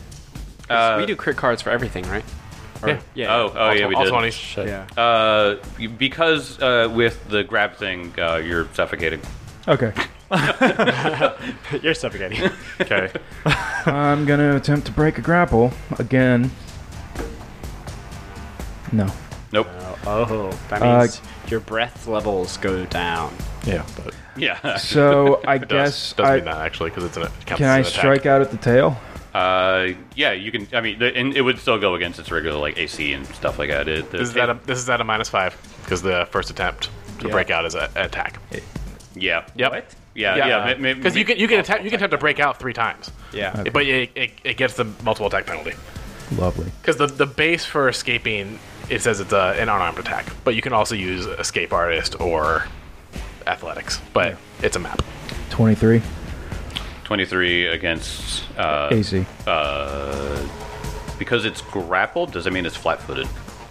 S3: Uh,
S4: 'Cause we do crit cards for everything, right? Or-
S3: Yeah.
S4: Yeah.
S1: Uh, Oh, oh yeah, we
S3: All
S1: did.
S3: 20s.
S4: yeah.
S1: Uh, you- because uh, with the grab thing, uh, you're suffocating.
S2: Okay.
S6: You're suffocating.
S5: Okay.
S2: I'm gonna attempt to break a grapple again. No.
S1: Nope.
S3: Uh.
S4: Oh, that
S2: Uh,
S4: means your breath levels go down.
S5: yeah, but
S1: Yeah.
S2: So I
S3: It does,
S2: guess
S3: does
S2: I
S3: mean that actually because it's an. It counts
S2: can
S3: as
S2: I
S3: an attack.
S2: strike out at the tail.
S1: Uh, yeah, you can. I mean, the, and it would still go against its regular like AC and stuff like that. It, the
S3: This is
S1: tail-
S3: at a, this is at a minus five because the first attempt to break out is a, an attack.
S1: yeah. What? Yeah, yeah. ma- ma-
S3: Because you
S1: ma-
S3: can you can attempt you can attempt to break out three times,
S4: Yeah.
S3: but it, it, it gets the multiple attack penalty.
S2: Lovely.
S3: Because the the base for escaping it says it's a, an unarmed attack, but you can also use escape artist or athletics. But it's a map.
S2: Twenty-three
S1: 23 against uh,
S2: AC.
S1: because it's grappled. Does it mean it's flat-footed?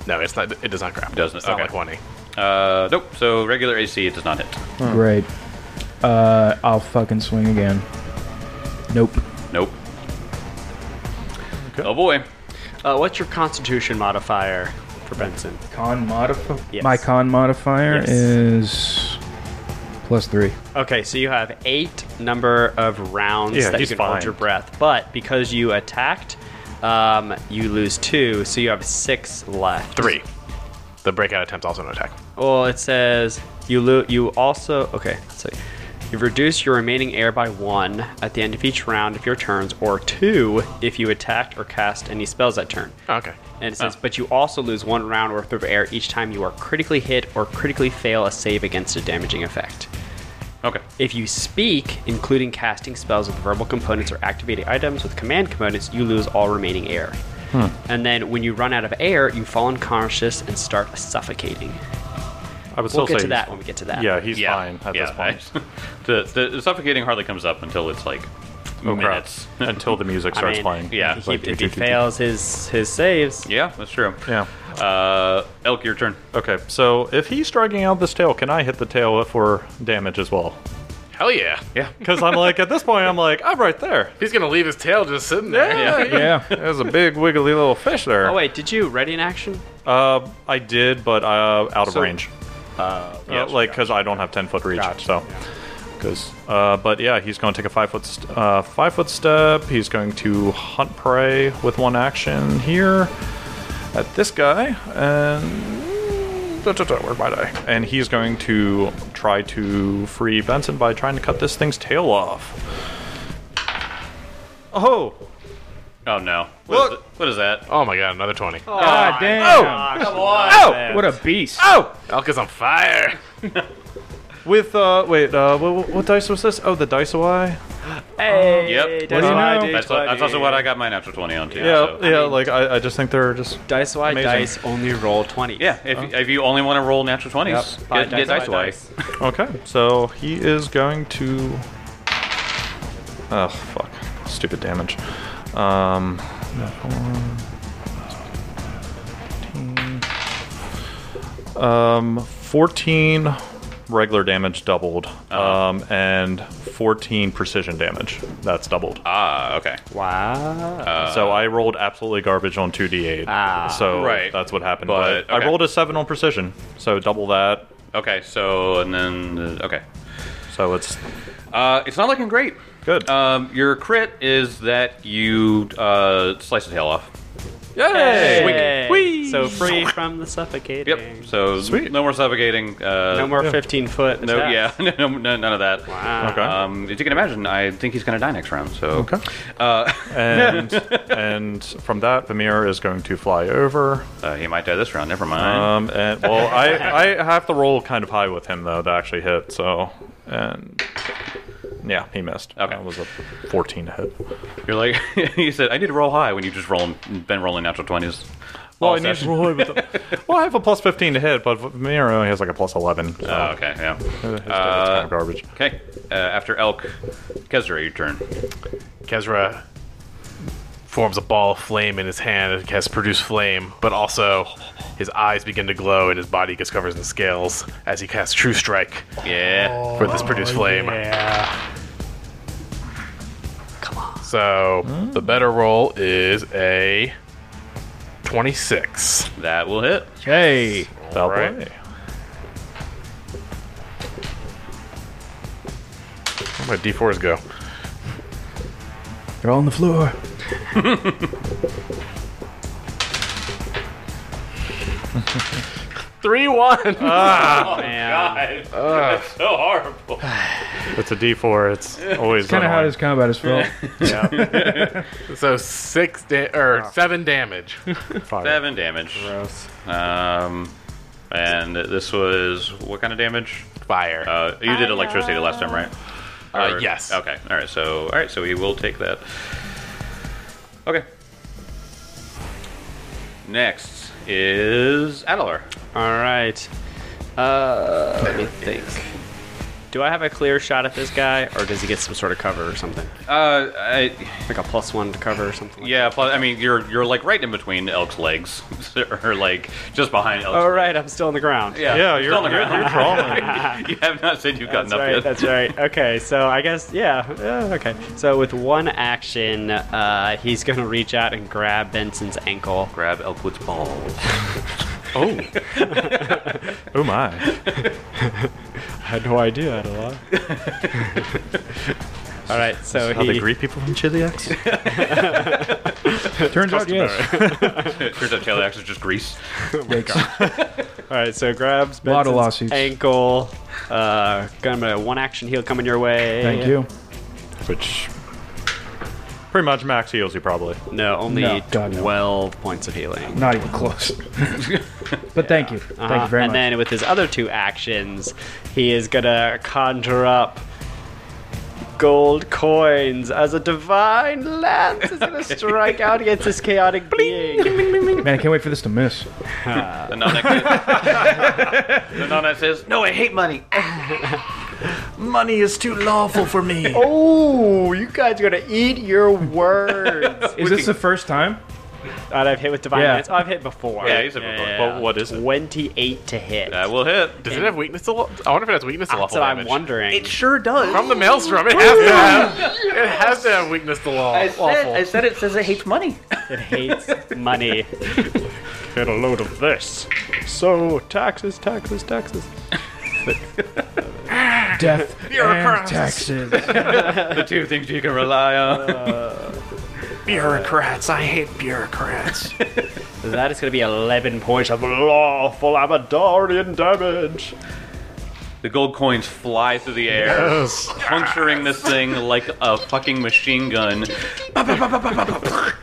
S3: No, it's not. It does not grab.
S1: Doesn't-
S3: It's not
S1: okay.
S3: like one A.
S1: Uh, nope. So regular AC, it does not hit.
S2: Great. Uh, I'll fucking swing again. Nope.
S1: Nope. Oh boy.
S4: Uh, what's your Constitution modifier for Benson?
S2: Con modifier.
S4: Yes.
S2: My con modifier
S4: Yes.
S2: is plus three.
S4: Okay, so you have eight number of rounds
S5: Yeah,
S4: that you
S5: he's
S4: can
S5: fine.
S4: hold your breath, but because you attacked, um, you lose two, so you have six left.
S3: Three. The breakout attempt's also an attack.
S4: Well, it says you lo- you also okay. So you reduce your remaining air by one at the end of each round of your turns, or two if you attacked or cast any spells that turn.
S3: Oh, Okay.
S4: And it says,
S5: Oh.
S4: but you also lose one round worth of air each time you are critically hit or critically fail a save against a damaging effect.
S1: Okay.
S4: If you speak, including casting spells with verbal components or activating items with command components, you lose all remaining air.
S5: Hmm.
S4: And then when you run out of air, you fall unconscious and start suffocating.
S5: I would still
S4: We'll get
S5: say
S4: to
S5: he's
S4: that
S5: fine.
S4: when we get to that.
S5: Yeah, he's
S1: yeah.
S5: fine at
S1: yeah.
S5: this point.
S1: the, the suffocating hardly comes up until it's like
S5: Oh, crap.
S1: minutes.
S5: Until the music
S4: I
S5: starts
S4: mean,
S5: playing.
S1: yeah,
S4: He,
S5: It's
S4: if
S5: like, do,
S4: he
S5: do, do, do.
S4: fails his his saves,
S1: yeah, that's true.
S5: Yeah.
S1: Uh, Elk, your turn.
S5: Okay, so if he's striking out this tail, can I hit the tail for damage as well?
S3: Hell yeah.
S5: Yeah. Because I'm like, at this point, I'm like, I'm right there.
S3: He's gonna leave his tail just sitting there.
S2: Yeah.
S5: There's a big wiggly little fish there.
S4: Oh wait, did you ready in action?
S5: Uh, I did, but uh, out of
S4: So-
S5: range. Uh,
S1: yes,
S5: like because I don't have ten foot reach. So, because uh, but yeah, he's going to take a five foot st- uh, five foot step. He's going to hunt prey with one action here at this guy, and da, da, da, where might I? And he's going to try to free Benson by trying to cut this thing's tail off. Oh,
S1: Oh no. What is
S5: Look.
S1: th- what is that?
S3: Oh my god, another twenty. Oh.
S2: God damn.
S1: Come on.
S5: oh,
S2: What a beast.
S5: oh!
S3: Elka's on fire.
S5: With uh, wait, uh, what, what dice was this? Oh, the dice away.
S4: Hey,
S1: Yep.
S4: Dice
S2: do you
S4: Y,
S2: know?
S4: D20.
S1: That's, that's also what I got my natural twenty on too. so-
S5: Yeah, yeah. like I, I just think they're just
S4: Dice Y
S5: Amazing.
S4: dice only roll twenty.
S1: Yeah, if, if you only want to roll natural 20s,
S4: Buy
S1: get, get
S4: buy
S1: dice away.
S5: okay. So he is going to. Oh fuck! Stupid damage. Um. Um, 14 regular damage doubled,
S1: Ah.
S5: um, and 14 precision damage. That's doubled.
S1: Ah, okay.
S4: Wow.
S1: Ah.
S5: so I rolled absolutely garbage on 2d8.
S4: Ah.
S5: so
S1: Right.
S5: that's what happened.
S1: But-
S5: But,
S1: okay.
S5: I rolled a 7 on precision, so double that.
S1: Okay, so, and then, uh, okay.
S5: So it's
S1: Uh, it's not looking great.
S5: Good.
S1: Um, your crit is that you uh, slice the tail off.
S5: Yay!
S4: Hey. So free from the suffocating.
S1: Yep. So
S5: Sweet.
S1: no more suffocating. Uh,
S4: No more 15 foot.
S1: No,
S4: attacks.
S1: yeah, no, no, none of that.
S4: Wow.
S5: Okay.
S1: Um, as you can imagine, I think he's going to die next round. So
S5: Okay. Uh, and and from that, Vimir is going to fly over.
S1: uh, he might die this round. Never mind.
S5: Um, and well, I I have to roll kind of high with him though to actually hit. So and yeah, he missed.
S1: Okay.
S5: that was a fourteen to hit.
S4: Uh.
S1: You're like, you said, I need to roll high when you just roll been rolling natural twenties.
S5: Well, I need to roll high with the- well, I have a plus fifteen to hit, but Vimir only has like a plus eleven. So
S1: Oh, okay. Yeah.
S5: his damage is kind
S1: Uh,
S5: of garbage.
S1: Okay. Uh, after elk, Kezra, your turn.
S3: Kezra forms a ball of flame in his hand and has produced flame, but also his eyes begin to glow and his body gets covered in scales as he casts True Strike
S1: Yeah.
S3: for this produced flame. Come on. So the better roll is a 26.
S1: That will hit.
S2: Hey,
S5: That'll
S3: right.
S5: play.
S3: Where my d4s go?
S2: they're all on the floor.
S3: Three one.
S5: Uh,
S1: Oh, So horrible.
S5: It's a D four. It's always
S2: Kind of how
S5: annoying.
S2: this combat is felt.
S3: so six da- or seven damage.
S5: Fire.
S1: Seven damage. Um, and this was what kind of damage?
S3: Fire.
S1: Uh, you did electricity the last time, right?
S3: Uh,
S1: Or-
S3: yes.
S1: Okay. All right. So all right. So we will take that. Okay. Next is Adelar.
S4: All right. Uh, let me think. Do I have a clear shot at this guy, or does he get some sort of cover or something?
S1: Uh, I,
S4: Like a plus one to cover or something? Like
S1: yeah. Plus, I mean, you're you're like right in between Elk's legs, or like just behind Elk's.
S4: That? Oh, right. I'm still on the ground.
S1: Yeah.
S5: Yeah, you're,
S1: Still on the
S5: you're,
S1: ground.
S5: you're drawing.
S1: you have not said you've gotten
S4: That's
S1: up
S4: right.
S1: yet.
S4: That's right. Okay, so I guess yeah. yeah, okay, so with one action, uh, he's gonna reach out and grab Benson's ankle.
S1: Grab Elkwood's balls.
S5: Oh. oh my.
S4: I had no idea, Adela. All right, so
S5: How they
S4: he
S5: greet people from Chiliacs?
S2: Turns out, yes.
S1: Turns out Taylor Axe is just grease.
S3: Oh
S2: Yikes.
S4: All right, so grabs
S2: Lot of
S4: Benson's
S2: lawsuits.
S4: ankle. Uh, gonna one action heal coming your way.
S2: Thank you.
S5: Which pretty much max heals you probably.
S4: No, only
S2: No, God, no.
S4: twelve points of healing.
S2: Not even close. but thank you. Thank
S4: Uh-huh.
S2: you very
S4: and
S2: much.
S4: then with his other two actions, he is gonna conjure up gold coins as a divine lance is gonna strike out against this chaotic being.
S2: Man, I can't wait for this to miss.
S1: The non the non says, "No, I hate money."
S5: Money is too lawful for me.
S4: Oh, you guys are gonna eat your words.
S2: Is this the first time?
S4: that I've hit with divine
S2: Yeah.
S4: lance. Oh, I've hit before.
S1: Yeah, he's a
S5: But what is it?
S4: Twenty-eight to hit.
S1: That will hit.
S3: Does it have weakness to? Lo- I wonder if it has weakness to
S4: That's
S3: lawful
S4: what I'm
S3: damage.
S4: wondering.
S1: sure does.
S3: From the maelstrom, it has to have. It has to have weakness to law. lawful.
S1: said it says it hates money.
S4: It hates money.
S6: Get a load of this. So taxes, taxes, taxes.
S2: Death and
S3: Bureaucrats.
S2: taxes.
S1: the two things you can rely on.
S3: bureaucrats. I hate bureaucrats.
S4: that is gonna be eleven points of
S6: Lawful Amadorian damage.
S1: the gold coins fly through the air, puncturing this thing like a fucking machine gun.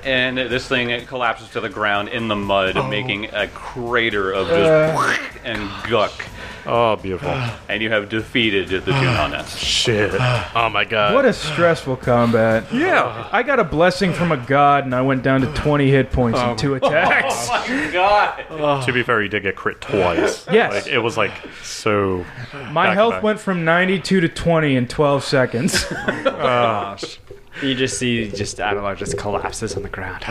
S1: and this thing collapses to the ground in the mud,
S7: Oh.
S1: making a crater of just
S7: Uh.
S1: and guck.
S5: Oh, beautiful.
S1: And you have defeated the
S7: Ah.
S1: Junanets.
S5: Shit.
S3: oh my god.
S2: What a stressful combat.
S5: Yeah.
S2: I got a blessing from a god and I went down to 20 hit points and two attacks.
S1: my god!
S5: to be fair, you did get crit twice.
S2: Yes.
S5: Like, it was like so.
S2: My
S5: back to
S2: health
S5: back.
S2: went from 92 to 20 in 12 seconds.
S4: You just see, just Adelar just collapses on the ground.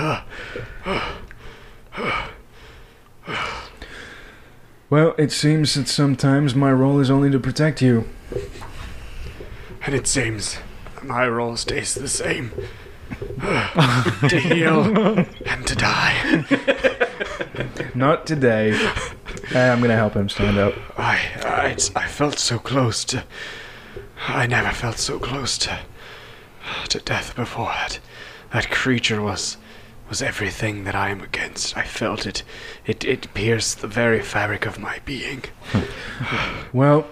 S2: well, it seems that sometimes my role is only to protect you.
S8: And it seems my role stays the same. to heal and to die.
S2: Not today. and I'm going to help him stand up.
S8: I, I, it's- I felt so close to. I never felt so close to. to death before. That, that creature was
S4: was everything that I am against. I felt it. It, it pierced the very fabric of my being.
S2: Well,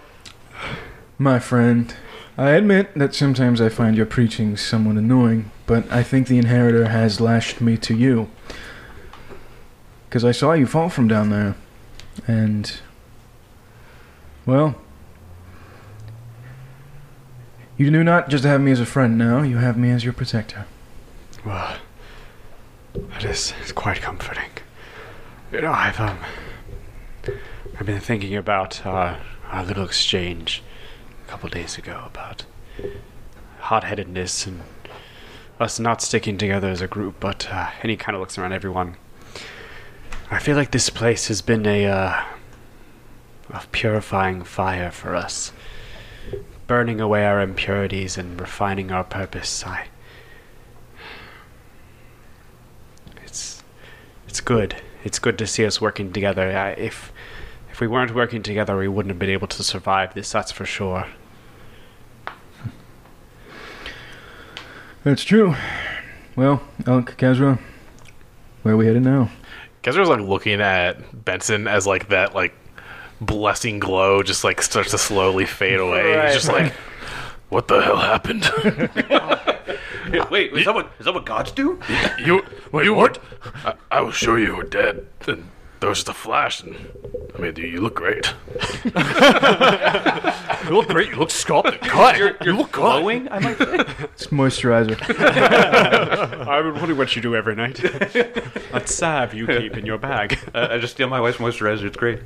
S2: my friend, I admit that sometimes I find your preaching somewhat annoying, but I think the inheritor has lashed me to you. Because I saw you fall from down there, and. Well. You do not just have me as a friend now, you have me as your protector.
S4: Well, that is it's quite comforting. You know, I've um, I've been thinking about our our little exchange a couple days ago about hot-headedness and us not sticking together as a group. But uh, and he kind of looks around everyone. I feel like this place has been a uh, a purifying fire for us, burning away our impurities and refining our purpose. I It's it's good. It's good to see us working together. I, if if we weren't working together, we wouldn't have been able to survive this. That's for sure.
S2: That's true. Well, Elk, Kazra, where are we headed now?
S9: Kezra's like looking at Benson as like that like blessing glow just like starts to slowly fade away. He's just like, what the hell happened?
S1: Wait, is that what is that what gods do?
S9: you you weren't. I, I was sure you were dead. And there was just a flash, and I mean, you, you look great. you look great. You look sculpted. Cut. you look glowing.
S1: I might say.
S2: It's moisturizer.
S10: I've been wondering what you do every night.
S7: What salve you keep in your bag?
S1: I, I just steal my wife's moisturizer. It's great.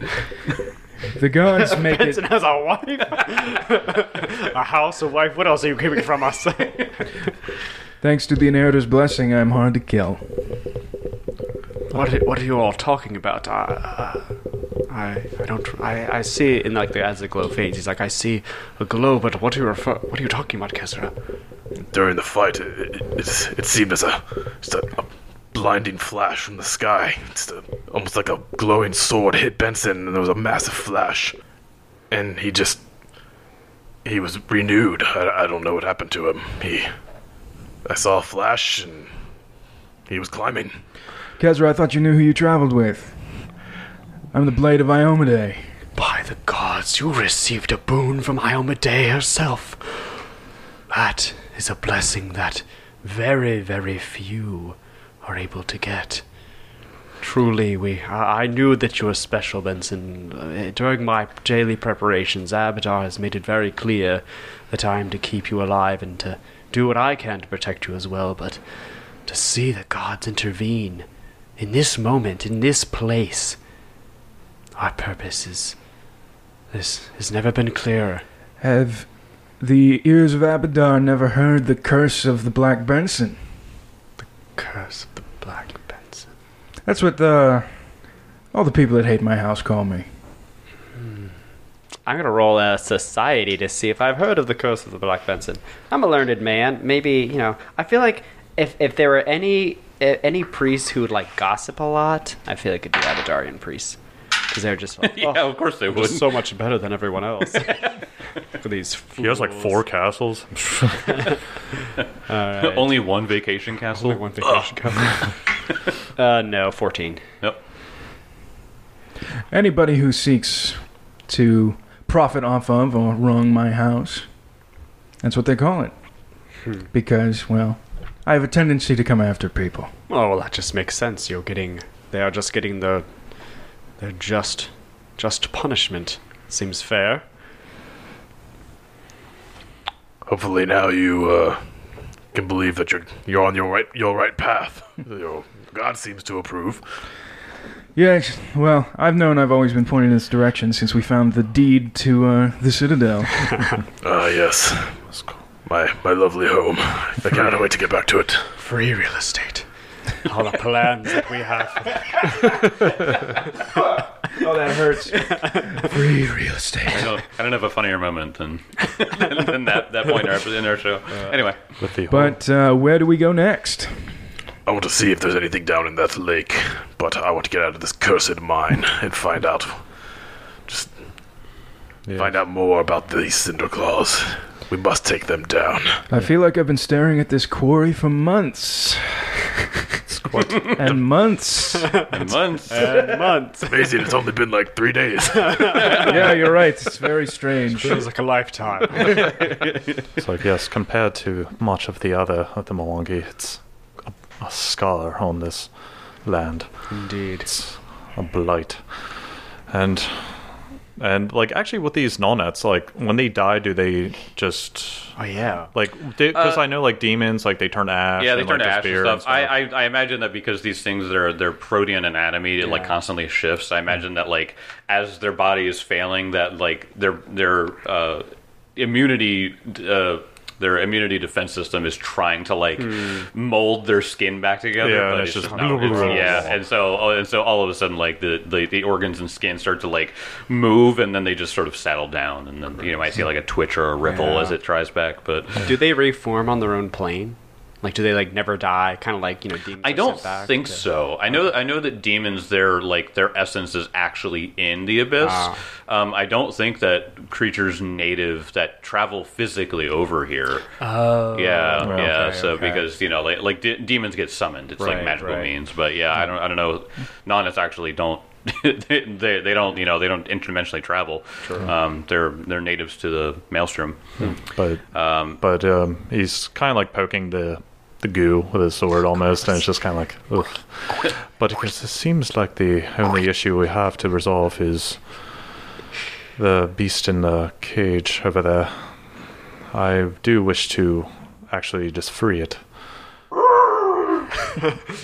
S2: the gods make it.
S10: has a wife, a house, a wife. What else are you keeping from us?
S2: Thanks to the inheritor's blessing, I'm hard to kill.
S4: What are, what are you all talking about? I I, I don't I, I see in like the as the glow fades. He's like I see a glow, but what are you refer, What are you talking about, Kesra?
S3: during the fight, it, it, it seemed as a, just a, a blinding flash from the sky. Just a, almost like a glowing sword hit Benson, and there was a massive flash. And he just. He was renewed. I, I don't know what happened to him. He. I saw a flash, and he was climbing.
S2: Kezra, I thought you knew who you traveled with. I'm the Blade of Iomade.
S4: By the gods, you received a boon from Iomade herself. That is a blessing that very, very few are able to get. Truly, we. I, I knew that you were special, Benson. Uh, During my daily preparations, Abadar has made it very clear that I am to keep you alive and to do what I can to protect you as well, but to see the gods intervene in this moment, in this place, our purpose is. This has never been clearer.
S2: Have the ears of Abadar never heard the curse of the Black Benson?
S4: Curse of the Black Benson.
S2: That's what the, all the people that hate my house call me.
S7: I'm gonna roll a society to see if I've heard of the curse of the Black Benson. I'm a learned man. Maybe you know. I feel like if if there were any eh, any priests who would like gossip a lot, I feel like it'd be Abadarian priests because they're just like,
S1: Yeah,
S7: oh,
S1: of course they
S7: I'm
S1: would.
S7: just so much better than everyone else. Look at these. Fools.
S5: He has like four castles.
S1: Only one vacation castle.
S7: Only one vacation cover. uh, no, fourteen.
S1: Yep.
S2: Anybody who seeks to profit off of or wrong my house, that's what they call it. Because, well, I have a tendency to come after people.
S4: Oh, well, that just makes sense. You're getting. They are just getting the. Their just. Just punishment. Seems fair.
S3: Hopefully now you uh, can believe that you're you're on your right your right path. Your God seems to approve.
S2: Yes, well, I've known I've always been pointing in this direction since we found the deed to uh, the Citadel.
S3: Ah, yes. My my lovely home. I cannot wait to get back to it.
S4: Free real estate.
S7: All the plans that we have.
S2: oh, that hurts.
S4: Free real estate.
S1: I don't, I don't have a funnier moment than than that, that point in our, in our show.
S7: Uh.
S1: anyway,
S2: But uh, where do we go next?
S3: I want to see if there's anything down in that lake, but I want to get out of this cursed mine and find out. Just find out more about these cinder claws. We must take them down.
S2: I feel like I've been staring at this quarry for months. and months.
S1: in months.
S4: months.
S11: Amazing, it's only been like three days.
S4: Oh,
S2: yeah, you're right. It's very strange.
S4: Feels like a lifetime.
S5: It's like, yes, compared to much of the other of the Molongi, it's a, a scar on this land.
S4: Indeed.
S5: It's a blight. And and like actually with these nonettes, like when they die, do they just
S4: Oh yeah.
S5: like because I know like demons like they turn ash.
S1: Uh, Yeah, they
S5: and,
S1: turn
S5: like,
S1: to ash and
S5: disappear
S1: stuff. I, I I imagine that because these things their their protean anatomy it like constantly shifts. I imagine that like as their body is failing, that like their their uh, immunity. Uh, their immunity defense system is trying to like mold their skin back together.
S5: Yeah,
S1: but
S5: and
S1: it's
S5: it's
S1: just
S5: just
S1: not, it's- yeah, and so oh, and so all of a sudden like the, the the organs and skin start to like move, and then they just sort of settle down, and then you know I see like a twitch or a ripple
S4: Yeah.
S1: as it tries back. But
S4: Do they reform on their own plane? Like, do they like never die? Kind of like you know, demons
S1: I
S4: are
S1: don't
S4: sent back
S1: think
S4: to-
S1: so. I know I know that demons their like their essence is actually in the abyss.
S4: Ah.
S1: Um, I don't think that creatures native that travel physically over here.
S4: Oh,
S1: yeah,
S5: Well,
S1: yeah.
S4: okay,
S1: so
S4: okay.
S1: because you know like like de- demons get summoned. It's
S4: Right,
S1: like magical
S4: right.
S1: means, but yeah, I don't I don't know. Nonas actually don't. they, they they don't you know they don't interdimensionally travel. Um, they're they're natives to the maelstrom.
S5: but but um, he's kind of like poking the the goo with his sword almost, and it's just kind of like, ugh. But because it seems like the only issue we have to resolve is the beast in the cage over there. I do wish to actually just free it,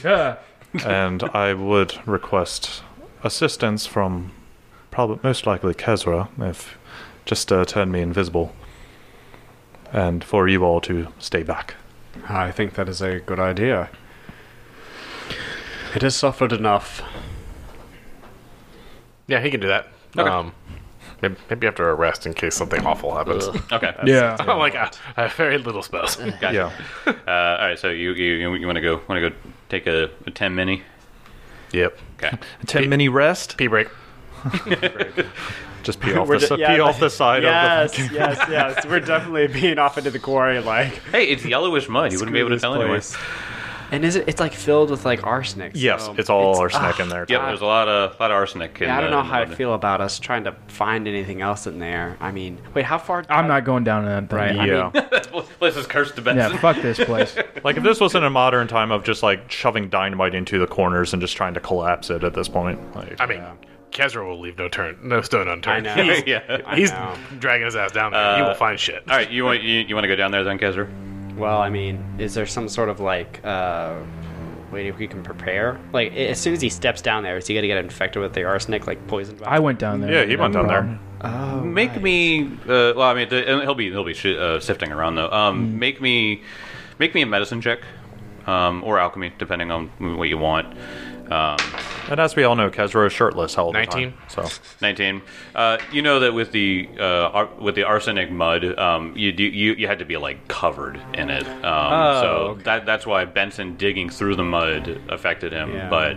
S2: Yeah.
S5: and I would request assistance from probably most likely Kezra if just uh, turn me invisible, and for you all to stay back.
S4: I think that is a good idea. It has suffered enough.
S3: Yeah, he can do that.
S1: Okay.
S3: Um, maybe, maybe after a rest in case something awful happens.
S1: Okay.
S2: Yeah.
S3: I'm like, I, I have very little spells.
S1: Gotcha.
S5: Yeah.
S1: Uh, all right. So you you, you want to go want to go take a, a ten mini.
S3: yep.
S1: Okay.
S5: 10 mini rest.
S3: Pee break.
S5: Just pee off,
S4: We're
S5: the,
S4: ju- yeah,
S5: pee off the side of
S4: Yes, yes, yes. We're definitely being off into the quarry, like.
S1: Hey, it's yellowish mud. You wouldn't be able to tell anyone.
S4: And is it? It's like filled with like arsenic.
S5: the. Yes,
S4: so
S5: it's all
S4: it's- ah,
S5: arsenic in there.
S1: Yep, there's a lot of lot of arsenic. In
S4: Yeah, I don't
S1: the-
S4: know how I
S1: in the-
S4: feel about us trying to find anything else in there. I mean, wait, how far?
S2: I'm not going down to that thing.
S4: Right. I
S5: Yeah.
S1: This place is cursed to Benson.
S2: Yeah, fuck this place.
S5: like if this was in a modern time of just like shoving dynamite into the corners and just trying to collapse it at this point. Like,
S3: I mean, Kezra will leave no turn, no stone unturned.
S4: I know.
S3: He's,
S1: Yeah.
S4: I
S3: he's
S4: know. Uh,
S3: dragging his ass down there. he will find shit.
S1: All right, you want you, you want to go down there then, Kezra?
S4: Well, I mean, is there some sort of like uh wait if we can prepare? Like a- as soon as he steps down there, is he gonna get infected with the arsenic, like poisoned by
S2: I went down there.
S5: yeah, he went down there.
S1: Make me. Uh, well, I mean, the, and he'll be he'll be shi uh, sifting around though. Um, make me, make me a medicine check, um, or alchemy, depending on what you want.
S5: And as we all know, Kezro is shirtless all the
S3: 19.
S5: time. So
S1: 19. Uh, you know that with the uh, ar- with the arsenic mud, um, you, do, you you had to be like covered in it. Um,
S4: Oh,
S1: so that that's why Benson digging through the mud affected him.
S4: Yeah.
S1: But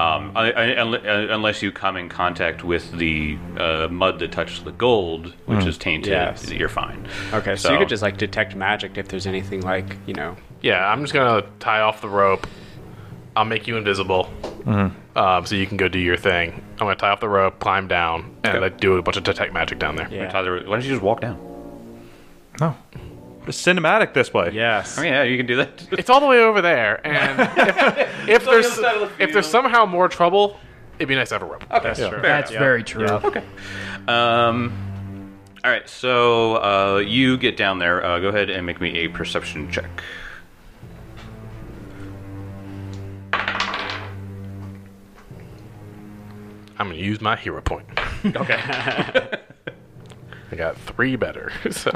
S1: um, I, I, unle- unless you come in contact with the uh, mud that touched the gold, which is tainted,
S4: Mm. Yes.
S1: you're fine.
S4: Okay, so, you could just like detect magic if there's anything like, you know
S3: Yeah, I'm just gonna tie off the rope. I'll make you invisible, um, so you can go do your thing. I'm gonna tie off the rope, climb down, and like, do a bunch of detect magic down there.
S4: yeah.
S1: Tyler, why don't you just walk down?
S5: no, it's cinematic this way.
S4: Yes.
S1: Oh yeah, you can do that.
S3: It's all the way over there, and if, if there's if there's somehow more trouble, it'd be nice to have a rope.
S1: That's true.
S2: That's very true.
S1: Um, all right, so uh, you get down there. Uh, go ahead and make me a perception check.
S3: I'm gonna use my hero point. Okay. I got three better. So,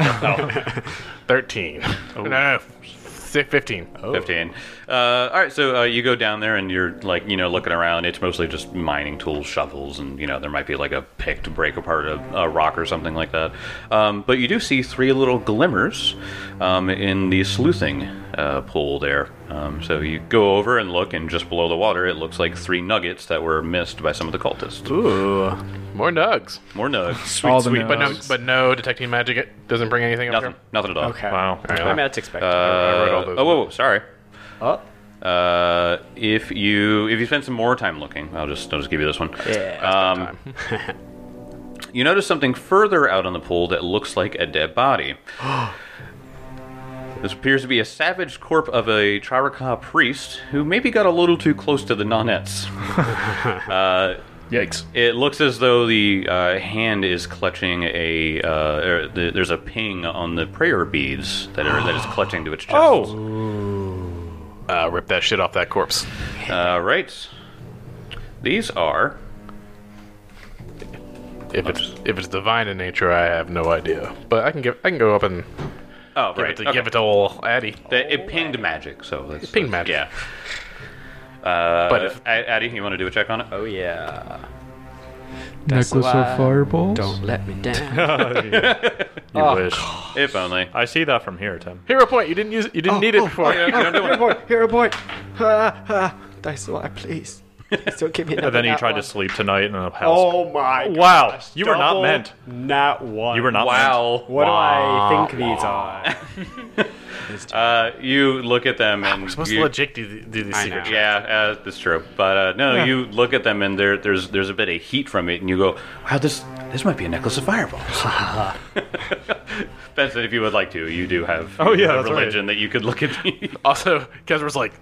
S3: Thirteen. No, no, no, si- fifteen.
S1: 15. Uh, all right, so uh, you go down there and you're like, you know, looking around. It's mostly just mining tools, shovels, and, you know, there might be like a pick to break apart a, a rock or something like that. Um, but you do see three little glimmers um, in the sleuthing uh, pool there. Um, so you go over and look, and just below the water, it looks like three nuggets that were missed by some of the cultists.
S3: More nugs.
S1: More nugs.
S2: All the
S3: But no,
S2: nugs.
S3: but no detecting magic. It doesn't bring anything up
S1: nothing. Nothing at all.
S4: Okay.
S5: Wow.
S4: I mean that's expected.
S1: Uh,
S3: I wrote all those
S1: oh, whoa, whoa, sorry.
S4: oh.
S1: Uh, if you if you spend some more time looking, I'll just I'll just give you this one.
S4: Yeah,
S1: Um, you notice something further out on the pool that looks like a dead body. this appears to be a savage corpse of a Charaka priest who maybe got a little too close to the nonettes.
S5: Yikes.
S1: It looks as though the uh, hand is clutching a. Uh, er, th- there's a ping on the prayer beads that are that is clutching to its chest.
S5: Oh,
S3: Uh, rip that shit off that corpse.
S1: All right. These are.
S3: If it's if it's divine in nature, I have no idea. But I can give I can go up and
S1: Oh,
S3: give,
S1: right.
S3: it, to,
S1: okay.
S3: give it to old Addy.
S1: The- it pinged magic, so that's.
S3: It pinged
S1: that's-
S3: magic.
S1: Yeah. Uh,
S3: But
S1: but
S3: if-
S1: Addy, you want to do a check on it?
S4: Oh yeah.
S2: Necklace
S4: why-
S2: of fireballs.
S4: Don't let me down. Oh,
S5: you wish.
S1: If only.
S5: I see that from here, Tim.
S3: Hero point. You didn't use. it- You didn't need it before.
S4: Hero point. Hero point. Ah, ah. Dice why, please. Please don't give me another.
S5: And then you
S4: nat
S5: tried
S4: one. Oh,
S5: to sleep tonight in a house.
S4: my.
S5: wow, you were not meant.
S4: Not one.
S5: You were not
S1: Wow.
S4: What do I think these are?
S1: Uh, you look at them and.
S3: We're supposed
S1: you,
S3: to let Jake do, the- do the secret. check.
S1: Yeah, uh, that's true. But uh, no, you look at them and there, there's there's a bit of heat from it, and you go, "Wow, this this might be a necklace of fireballs." Benson, if you would like to, you do have oh
S5: yeah, that's right.
S1: religion that you could look at. The,
S3: Also, Kezra's like,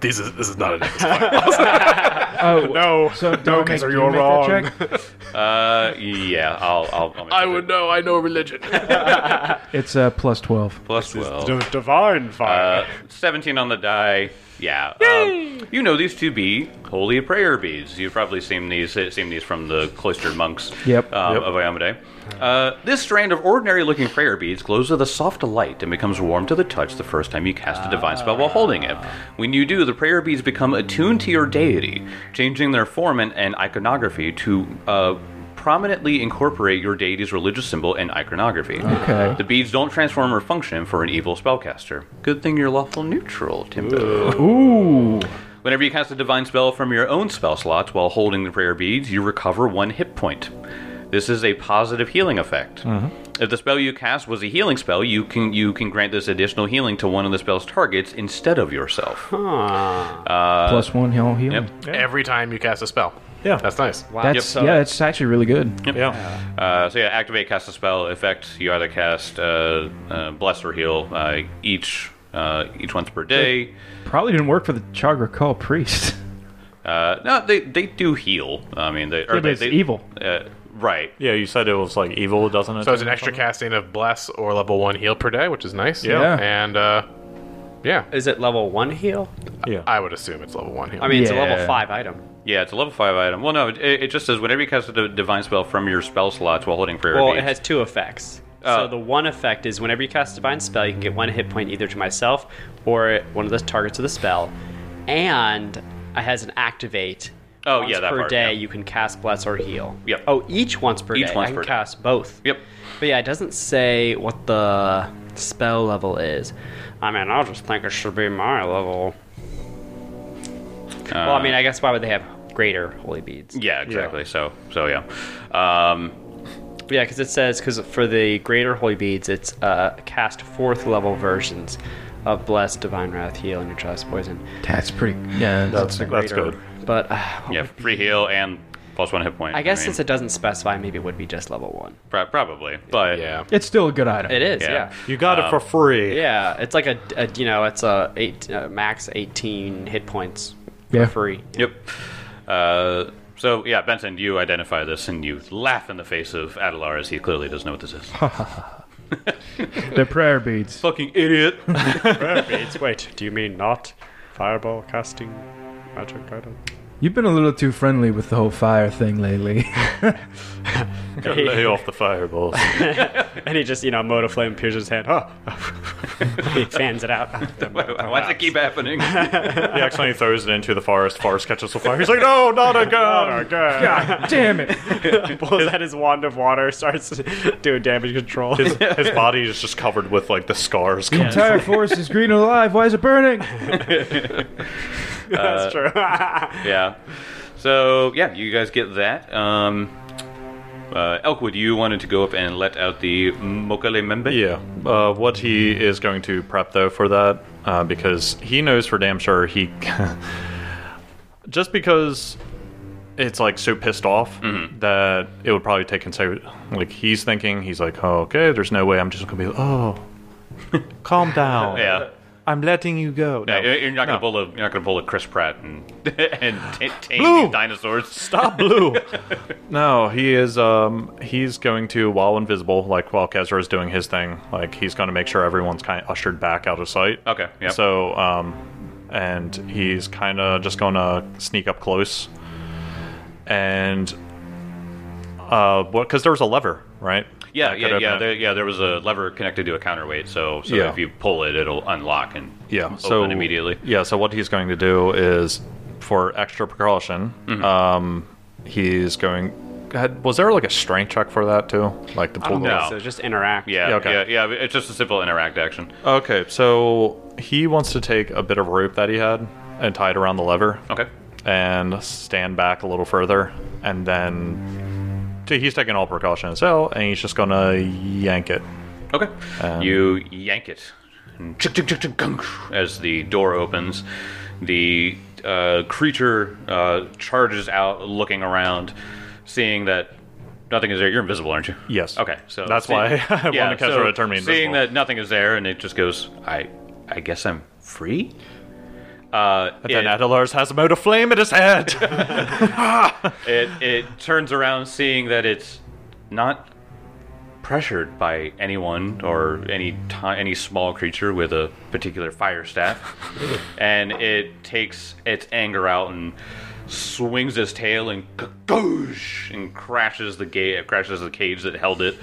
S11: These is, this is not an
S2: Oh no! So do I make-
S6: Kaiser,
S2: do you
S6: you're
S2: make that
S6: wrong.
S2: check?
S1: uh, yeah, I'll I'll. I'll make
S3: I
S1: it
S3: would know. I know religion.
S2: It's uh, plus twelve.
S1: plus twelve.
S6: D- divine fire.
S1: Uh, 17 on the die. Yeah. Um, you know these to be holy prayer beads. You've probably seen these uh, seen these from the cloistered monks
S2: Yep.
S1: um, of Ayamade. Uh, this strand of ordinary-looking prayer beads glows with a soft light and becomes warm to the touch the first time you cast a divine spell while holding it. When you do, the prayer beads become attuned to your deity, changing their form and, and iconography to uh, prominently incorporate your deity's religious symbol and iconography.
S2: Okay.
S1: The beads don't transform or function for an evil spellcaster. Good thing you're lawful neutral, Timbo.
S2: Ooh.
S1: Whenever you cast a divine spell from your own spell slots while holding the prayer beads, you recover one hit point. This is a positive healing effect. If the spell you cast was a healing spell, you can you can grant this additional healing to one of the spell's targets instead of yourself.
S2: plus one heal healing.
S3: Every time you cast a spell.
S5: Yeah.
S3: That's nice. Wow.
S2: That's yeah. That's actually really good.
S5: Yeah.
S1: Uh, so yeah, activate, cast a spell, effect. You either cast uh, uh, bless or heal uh, each uh, each once per day.
S2: Probably didn't work for the Chagra Call priest.
S1: Uh, no, they they do heal. I mean, they, or
S2: Yeah, but
S1: they-
S2: it's
S1: they-
S2: evil.
S1: Uh, right.
S5: Yeah, you said it was like evil, doesn't it?
S3: So it's an extra casting of bless or level one heal per day, which is nice.
S2: Yeah. Yeah.
S3: And uh, yeah,
S4: Is it level one heal?
S5: Yeah.
S3: I would assume it's level one heal.
S4: I mean, it's a level
S2: Yeah.
S4: five item.
S1: Yeah, it's a level five item. Well, no, it, it just says whenever you cast a di- divine spell from your spell slots while holding prayer
S4: Well,
S1: beads.
S4: it has two effects.
S1: Oh.
S4: so the one effect is whenever you cast a divine spell, you can get one hit point either to myself or one of the targets of the spell, and it has an activate.
S1: Oh,
S4: once
S1: yeah, that
S4: per
S1: part,
S4: day
S1: yeah.
S4: you can cast bless or heal.
S1: Yep.
S4: Oh, each once per
S1: Each
S4: day.
S1: once
S4: I can
S1: per day.
S4: cast both.
S1: Yep.
S4: But yeah, it doesn't say what the spell level is. I mean, I just think it should be my level. well, I mean, I guess why would they have greater holy beads?
S1: uh, Yeah, exactly. So, so yeah. Um,
S4: Yeah, because it says because for the greater holy beads, it's uh, cast fourth level versions of bless, divine wrath, heal, and your trust poison.
S2: That's pretty. Yeah. That's,
S5: That's good.
S4: But uh,
S1: yeah, free heal and plus one hit point.
S4: I guess
S1: mean,
S4: since it doesn't specify, maybe it would be just level one.
S1: pro- probably, but
S3: yeah.
S2: it's still a good item.
S4: It is,
S1: Yeah.
S4: yeah,
S5: You got it for free.
S4: yeah. It's like a, a you know, it's a eight uh, max eighteen hit points for
S2: Yeah.
S4: free.
S1: Yep. Uh, so yeah, Benson, you identify this and you laugh in the face of Adelar as he clearly doesn't know what this is.
S2: They're prayer beads.
S1: Fucking idiot.
S6: Wait, do you mean not fireball casting magic item?
S2: You've been a little too friendly with the whole fire thing lately.
S5: Gotta Lay off the fireballs.
S4: And he just you know, mode of flame pierces his hand. Huh. he fans it out.
S1: Why does it keep happening?
S5: he accidentally throws it into the forest. Forest catches the fire. He's like, no, not again.
S2: God damn it!
S6: Blows out his wand of water, starts doing damage control.
S5: His, his body is just covered with like the scars.
S2: Entire forest is green and alive. Why is it burning?
S6: That's true.
S1: yeah. So yeah, you guys get that. Um, uh, Elkwood, you wanted to go up and let out the Mokale Membe?
S5: Yeah. Uh, what he is going to prep though for that, uh, because he knows for damn sure he. just because it's like so pissed off that it would probably take consider. Like he's thinking, he's like, oh, okay, there's no way. I'm just gonna be, like, oh, calm down.
S1: Yeah.
S5: I'm letting you go.
S1: No,
S5: No.
S1: you're you're not gonna pull a you're not gonna pull a Chris Pratt and and t- tame
S5: Blue!
S1: these dinosaurs.
S5: Stop blue. no, he is um he's going to while invisible, like while Kezra is doing his thing, like he's gonna make sure everyone's kinda ushered back out of sight.
S1: Okay, yep.
S5: So um and he's kinda just gonna sneak up close. And uh what cause there was a lever, right?
S1: Yeah,
S5: That could
S1: yeah,
S5: open
S1: yeah.
S5: it.
S1: There, yeah, there was a lever connected to a counterweight, so so
S5: Yeah.
S1: if you pull it, it'll unlock and
S5: yeah
S1: open
S5: so
S1: immediately.
S5: yeah so what he's going to do is for extra precaution
S1: Mm-hmm.
S5: um he's going had, was there like a strength check for that too like the
S4: I don't
S5: pull
S1: know.
S4: think so. Just interact.
S1: Yeah,
S5: Yeah, okay.
S1: yeah, yeah. It's just a simple interact action.
S5: okay so he wants to take a bit of rope that he had and tie it around the lever
S1: Okay.
S5: and stand back a little further and then t- he's taking all precaution as well and he's just gonna yank it
S1: Okay.
S5: Um,
S1: you yank it. And chick, chick, chick, chick, gunk, As the door opens, the uh, creature uh, charges out, looking around, seeing that nothing is there. You're invisible, aren't you?
S5: Yes.
S1: Okay. So
S5: That's why I wanted Kezra to turn me
S1: Seeing
S5: invisible.
S1: that nothing is there, and it just goes, I, I guess I'm free. Uh,
S5: but then
S1: it-
S5: Adelars has a mode of flame in his head
S1: it it turns around seeing that it's not pressured by anyone or any ti any small creature with a particular fire staff and it takes its anger out and swings its tail and kakoosh and crashes the gate crashes the cage that held it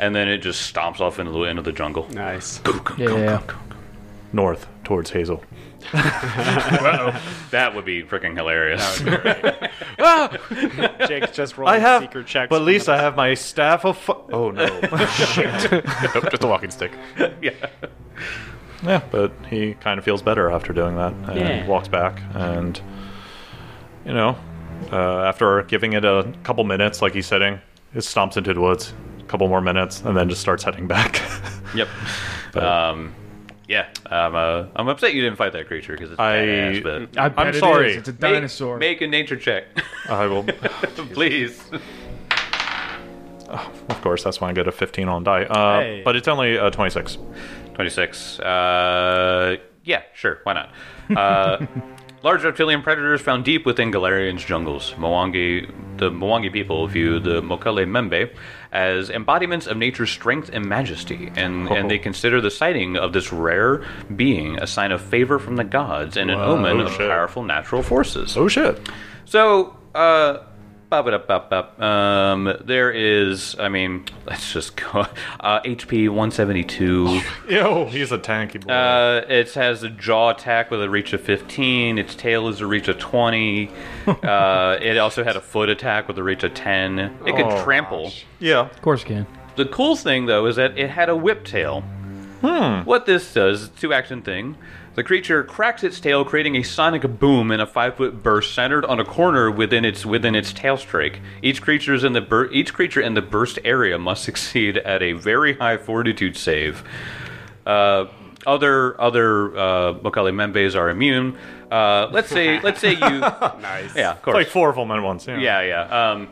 S1: and then it just stomps off into the end of the jungle
S4: Nice.
S2: Yeah.
S5: north towards Hazel
S1: that would be freaking hilarious
S4: Jake's just
S5: I
S4: rolling
S5: have,
S4: secret checks.
S5: but at least I have my staff of. Fu- oh no!
S3: Nope, just a walking stick.
S5: yeah, but he kind of feels better after doing that and
S4: Yeah.
S5: walks back, and you know, uh, after giving it a couple minutes, like he's sitting, it stomps into the woods. A couple more minutes, and then just starts heading back.
S1: yep um yeah i'm uh, i'm upset you didn't fight that creature because it's
S5: I-
S1: badass, but
S2: I
S5: I'm sorry.
S2: It is. It's a
S1: Mm, Make-
S2: dinosaur.
S1: Make, a nature check,
S5: I will,
S1: please.
S5: of course. That's why I get a 15 on die. Uh,
S4: Hey.
S5: But it's only uh, 26.
S1: Twenty-six. Uh, yeah, sure. Why not? Uh, large reptilian predators found deep within Galarian's jungles. Mwangi, the Mwangi people view the Mokale Membe as embodiments of nature's strength and majesty, and, and they consider the sighting of this rare being a sign of favor from the gods and an omen of powerful natural forces.
S5: Oh shit!
S1: So, uh, bop it up, bop, bop. Um, there is, I mean, let's just go. Uh, HP 172.
S5: Yo, he's a tanky boy.
S1: Uh, it has a jaw attack with a reach of 15. Its tail is a reach of 20. Uh, it also had a foot attack with a reach of 10. It could
S5: Oh.
S1: trample.
S5: yeah.
S2: Of course, can.
S1: The cool thing, though, is that it had a whip tail. What this does, two action thing. The creature cracks its tail, creating a sonic boom and a five-foot burst centered on a corner within its within its tail strike. Each creature's in the bur- each creature in the burst area must succeed at a very high fortitude save. Uh, other other uh, Mokale Membes are immune. Uh, let's say let's say you nice yeah of course
S5: Like four of them at once. Yeah.
S1: yeah, yeah. Um,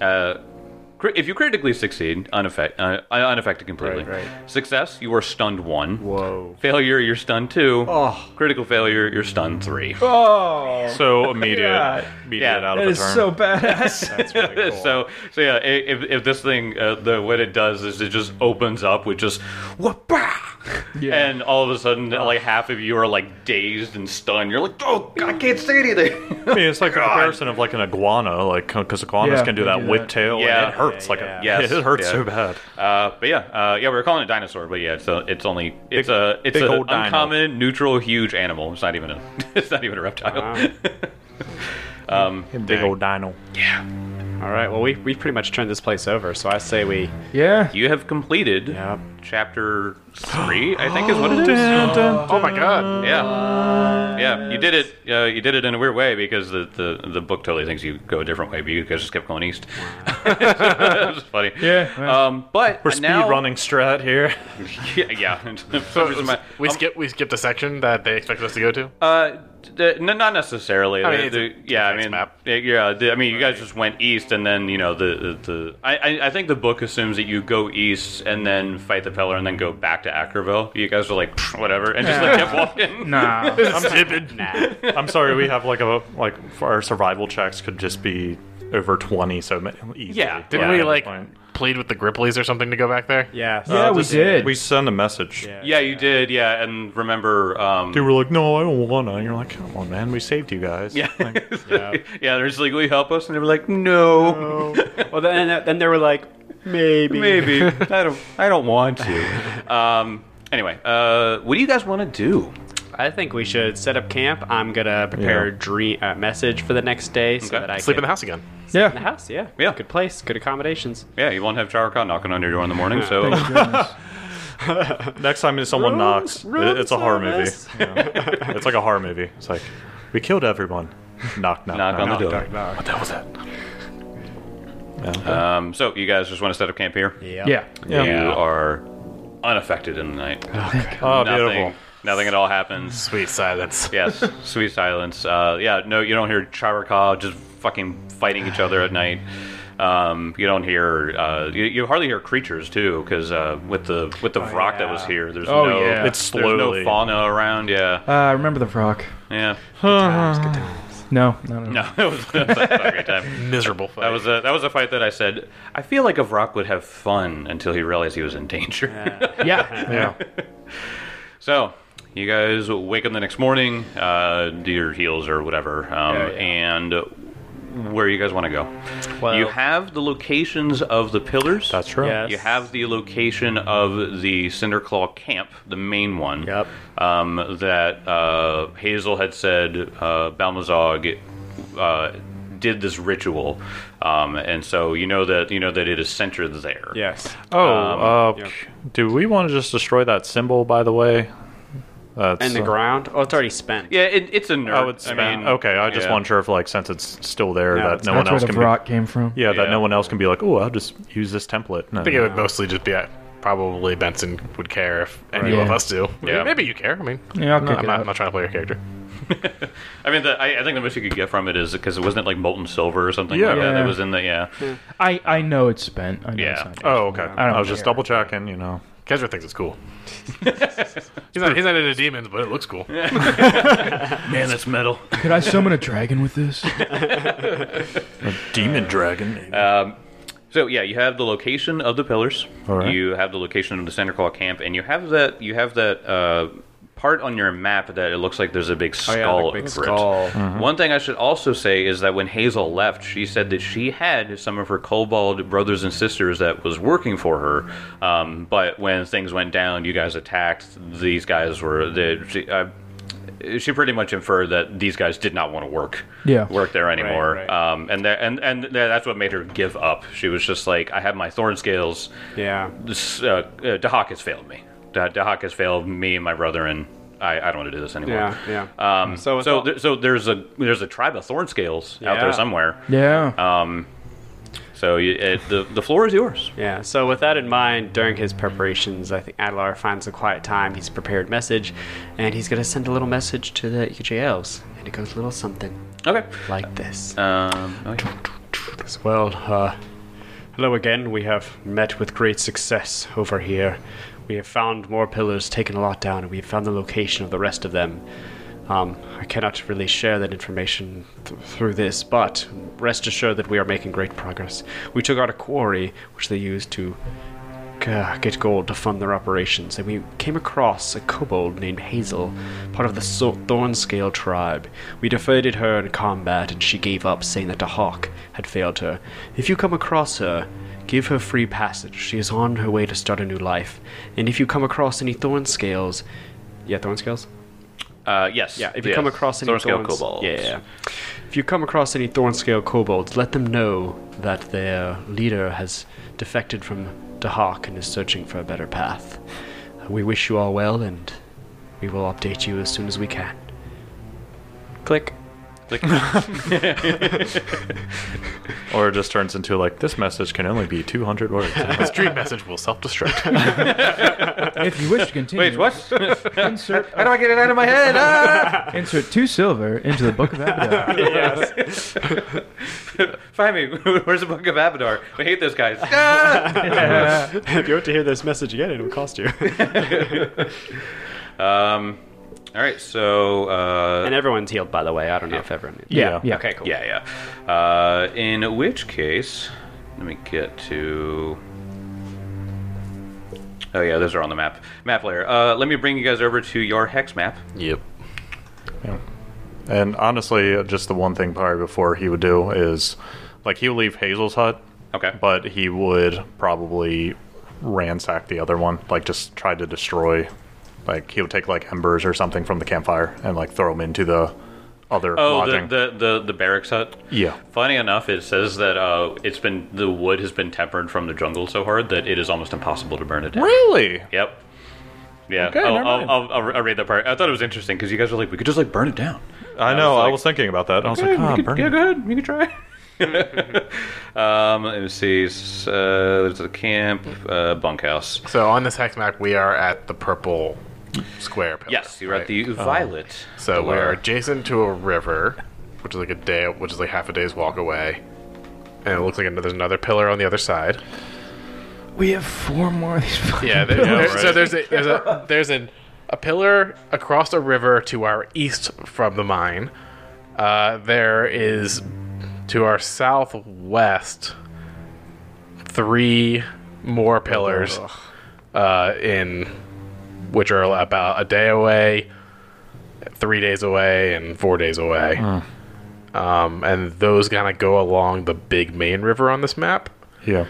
S1: uh, cri- if you critically succeed, unaffect, uh, uh, unaffected completely.
S4: Right, right.
S1: Success, you are stunned one.
S4: Whoa. Oh.
S1: Failure, you're stunned two. Critical failure, you're stunned three.
S2: Oh,
S5: So immediate,
S2: Yeah.
S5: immediate
S1: Yeah.
S5: out
S2: that
S5: of a
S2: is
S5: turn.
S2: so badass.
S1: so, so yeah. i- If, if this thing, uh, the what it does is it just opens up with just whoop-bah! and all of a sudden, like half of you are like dazed and stunned. You're like, oh, God, I can't say anything.
S5: I mean, it's like a comparison of like an iguana, like because iguanas
S2: Yeah,
S5: can do
S2: they
S5: that
S2: do
S5: whip
S2: that.
S5: tail,
S1: Yeah.
S5: and it hurts like a
S1: yeah.
S5: yeah,
S1: Yes,
S5: it hurts
S1: yeah.
S5: so bad.
S1: Uh, but yeah, uh, yeah, we were calling it dinosaur, but yeah, it's a, it's only it's a it's
S5: big
S1: an
S5: old dino.
S1: uncommon, neutral, huge animal. It's not even a it's not even a reptile.
S5: Big old dino.
S4: All
S6: All right. Well, we we pretty much turned this place over, so I say we.
S2: Yeah.
S1: You have completed
S6: Yep.
S1: chapter three, I think is what it is.
S3: Oh my god.
S1: Yeah, yeah, you did it. Uh, you did it in a weird way because the, the, the book totally thinks you go a different way, but you guys just kept going east. it's funny.
S2: Yeah, yeah.
S1: Um, but
S5: We're
S1: speedrunning.
S5: speed running strat here.
S1: Yeah. yeah.
S3: So
S1: For some reason my-
S3: we
S1: um,
S3: skip we skipped a section that they expected us to go to.
S1: Uh, d- n- not necessarily.
S3: I mean,
S1: The-
S3: it's
S1: the-
S3: a-
S1: yeah, I
S3: it's a
S1: mean,
S3: map.
S1: yeah, yeah, the- I mean, you guys just went east, and then you know the the. the- I, I I think the book assumes that you go east and then fight the Peller and then go back to Ackerville. You guys were like "Pfft, whatever, and just like kept walking.
S2: Nah.
S5: I'm stupid. I'm sorry. We have like a like for our survival checks could just be over twenty. So ma- easily.
S1: Yeah,
S3: Didn't
S5: at
S3: we
S5: this
S3: like
S5: point.
S3: plead with the Gripplies or something to go back there?
S6: Yeah. so-
S2: yeah, we
S5: just-
S2: did.
S5: We send a message.
S1: Yeah, you did. Yeah, and remember, um,
S5: They were like, "No, I don't want to." And you're like, "Come on, man. We saved you guys."
S1: yeah,
S5: Like,
S1: yeah, they're just like, "Will you help us?" And they were like, "No,
S4: Well, then then they were like, maybe.
S1: maybe I don't. I don't want to." Um, anyway, uh, what do you guys want to do?
S4: I think we should set up camp. I'm gonna prepare a
S5: Yeah.
S4: dream uh, message for the next day so
S1: Okay.
S4: that I
S3: Sleep
S4: can
S3: in the house again.
S4: in the
S2: yeah.
S4: house. Yeah,
S1: Yeah.
S4: Good place, good accommodations.
S1: Yeah, you won't have Charcot knocking on your door in the morning, so
S2: Goodness.
S5: next time someone
S4: Rooms-
S5: knocks, it, it's a horror
S4: room
S5: movie.
S4: service.
S5: Yeah. it's like a horror movie. It's like we killed everyone. Knock, knock,
S1: knock on the door.
S5: What the hell was that? Yeah.
S1: Um, so you guys just want to set up camp here?
S2: Yeah.
S5: Yeah.
S1: You are unaffected in the night.
S5: oh,
S1: nothing,
S5: beautiful.
S1: Nothing at all happens.
S3: Sweet silence.
S1: Yes, sweet silence. Uh, yeah, no, you don't hear Charaka just fucking fighting each other at night. Um, you don't hear. Uh, you, you hardly hear creatures too, because uh, with the with
S5: Oh,
S1: the rock that was here, there's
S2: Oh,
S1: no.
S2: yeah.
S5: It's
S1: There's no
S5: slowly.
S1: fauna around. Yeah,
S2: Uh, remember the rock?
S1: yeah.
S2: No. No. No.
S1: No, it was, it was a great time.
S3: Miserable fight.
S1: That was a that was a fight that I said I feel like Avrock would have fun until he realized he was in danger.
S2: Yeah. yeah.
S1: So you guys wake up the next morning, uh, do your heels or whatever, um, and where you guys want to go. you have the locations of the pillars.
S5: That's right.
S4: Yes.
S1: You have the location of the Cinderclaw camp, the main one.
S4: Yep.
S1: Um, that uh, Hazel had said uh, Balmazog uh, did this ritual, um, and so you know that you know that it is centered there.
S4: Yes.
S5: Oh, uh, do we want to just destroy that symbol? By the way, that's
S4: And the
S5: uh,
S4: ground. Oh, it's already spent.
S1: Yeah, it, it's a nerd.
S5: Oh, it's
S1: I
S5: bad.
S1: mean,
S5: okay. I just
S1: yeah.
S5: wasn't sure if like since it's still there that
S4: it's
S5: no
S2: That's
S5: one
S2: where
S5: else
S2: the
S5: can be,
S2: rock came from.
S5: yeah, that
S1: Yeah.
S5: no one else can be like, oh, I'll just use this template. No.
S3: I think it would mostly just be uh, probably Benson would care if any
S2: Right.
S3: of
S2: Yeah.
S3: us do.
S1: Yeah.
S3: Maybe you care. I mean,
S2: Yeah, I'll kick
S3: I'm, not,
S2: it
S3: I'm not-
S2: out.
S3: I'm not trying to play your character.
S1: I mean, the, I, I think the most you could get from it is because it wasn't like molten silver or something
S5: Yeah.
S1: like that.
S2: Yeah.
S1: It was in the yeah.
S2: I I know it's spent. I know
S1: Yeah.
S2: it's not.
S5: Oh, okay. I,
S2: don't
S5: was just
S2: care.
S5: double checking. You know,
S3: Kezra thinks it's cool. he's, not, he's not into demons, but it looks cool.
S1: Man, that's metal.
S2: Could I summon a dragon with this?
S5: a demon dragon. Maybe.
S1: So yeah, you have the location of the pillars.
S5: All right.
S1: You have the location of the Santa Claus camp, and you have that you have that uh, part on your map that it looks like there's a big skull
S4: Oh, yeah, like big
S1: over
S4: skull.
S1: it.
S5: Mm-hmm.
S1: One thing I should also say is that when Hazel left, she said that she had some of her kobold brothers and sisters that was working for her, um, but when things went down, you guys attacked. These guys were the. She, uh, she pretty much inferred that these guys did not want to work
S2: Yeah.
S1: work there anymore
S4: right.
S1: um, and that, and and that's what made her give up. She was just like, I have my thorn scales.
S4: Yeah.
S1: This, uh, uh, Dahak has failed me. Da- Dahak has failed me and my brother, and I, I don't want to do this anymore.
S4: Yeah. Yeah.
S1: Um,
S4: So
S1: so
S4: it's
S1: so,
S4: all-
S1: there, so there's a there's a tribe of thorn scales out
S4: Yeah.
S1: there somewhere.
S2: yeah.
S1: So you, it, the the floor is yours.
S4: Yeah, so with that in mind, during his preparations, I think Adelar finds a quiet time. He's prepared message, and he's going to send a little message to the EJLs. And it goes a little something
S1: Okay.
S4: like this.
S1: Um, oh, yeah.
S4: As well, uh, hello again. We have met with great success over here. We have found more pillars, taken a lot down, and we have found the location of the rest of them. Um, I cannot really share that information th- through this, but rest assured that we are making great progress. We took out a quarry, which they used to uh, get gold to fund their operations, and we came across a kobold named Hazel, part of the so- Thornscale tribe. We defeated her in combat, and she gave up, saying that the hawk had failed her. If you come across her, give her free passage. She is on her way to start a new life. And if you come across any Thornscales, yeah, Thornscales,
S1: Uh, yes.
S4: Yeah, if you come across any
S1: Thornscale
S4: thorns-
S1: kobolds.
S4: Yeah, yeah. If you come across any Thornscale kobolds, let them know that their leader has defected from Dahak and is searching for a better path. Uh, We wish you all well, and we will update you as soon as we can. Click.
S5: Or it just turns into like this message can only be 200 words.
S3: This dream message will self-destruct.
S2: If you wish to continue,
S1: Wait, what?
S2: Insert,
S1: Hmm. How do I get it out of my head? Ah!
S2: insert two silver into the Book of Abaddon.
S1: Find me. Where's the Book of Abadar? We hate those guys. Ah!
S4: if you want to hear this message again, it'll cost you.
S1: um, all right, so. Uh,
S4: and everyone's healed, by the way. I don't know if everyone.
S5: yeah.
S2: yeah.
S4: Okay, cool.
S1: Yeah, yeah. Uh, in which case, let me get to. Oh yeah, those are on the map. Map layer. Uh, let me bring you guys over to your hex map.
S3: yep.
S5: And honestly, uh, just the one thing probably before he would do is like he would leave Hazel's hut,
S1: Okay.
S5: but he would probably ransack the other one, like just try to destroy. Like he would take like embers or something from the campfire and like throw them into the other
S1: oh, the,
S5: lodging.
S1: the the the barracks hut.
S5: yeah.
S1: Funny enough, it says that uh, it's been the wood has been tempered from the jungle so hard that it is almost impossible to burn it down.
S5: Really?
S1: Yep. Yeah,
S5: Okay,
S1: I'll,
S5: never
S1: I'll,
S5: mind.
S1: I'll, I'll, I'll read that part. I thought it was interesting because you guys were like, we could just like burn it down.
S5: I know.
S1: was
S5: I
S1: like-
S5: was thinking about that. I was like,
S1: Yeah,
S5: ah,
S1: you could-
S5: burn
S1: yeah,
S5: it.
S1: go ahead. You can try. um, let me see. s- Uh, there's a camp, uh, bunkhouse.
S3: So on this hex map, we are at the purple square. Pillar,
S1: Yes, you're
S3: right?
S1: at the violet.
S3: Oh. So
S1: pillar.
S3: we're adjacent to a river, which is like a day, which is like half a day's walk away, and it looks like another, there's another pillar on the other side.
S2: We have four more of these. fucking-
S3: Yeah, there, there- so there's a, there's a there's an, a pillar across a river to our east from the mine. Uh, there is to our southwest three more pillars uh, in which are about a day away, three days away, and four days away. Um, and those kind of go along the big main river on this map
S5: Yeah.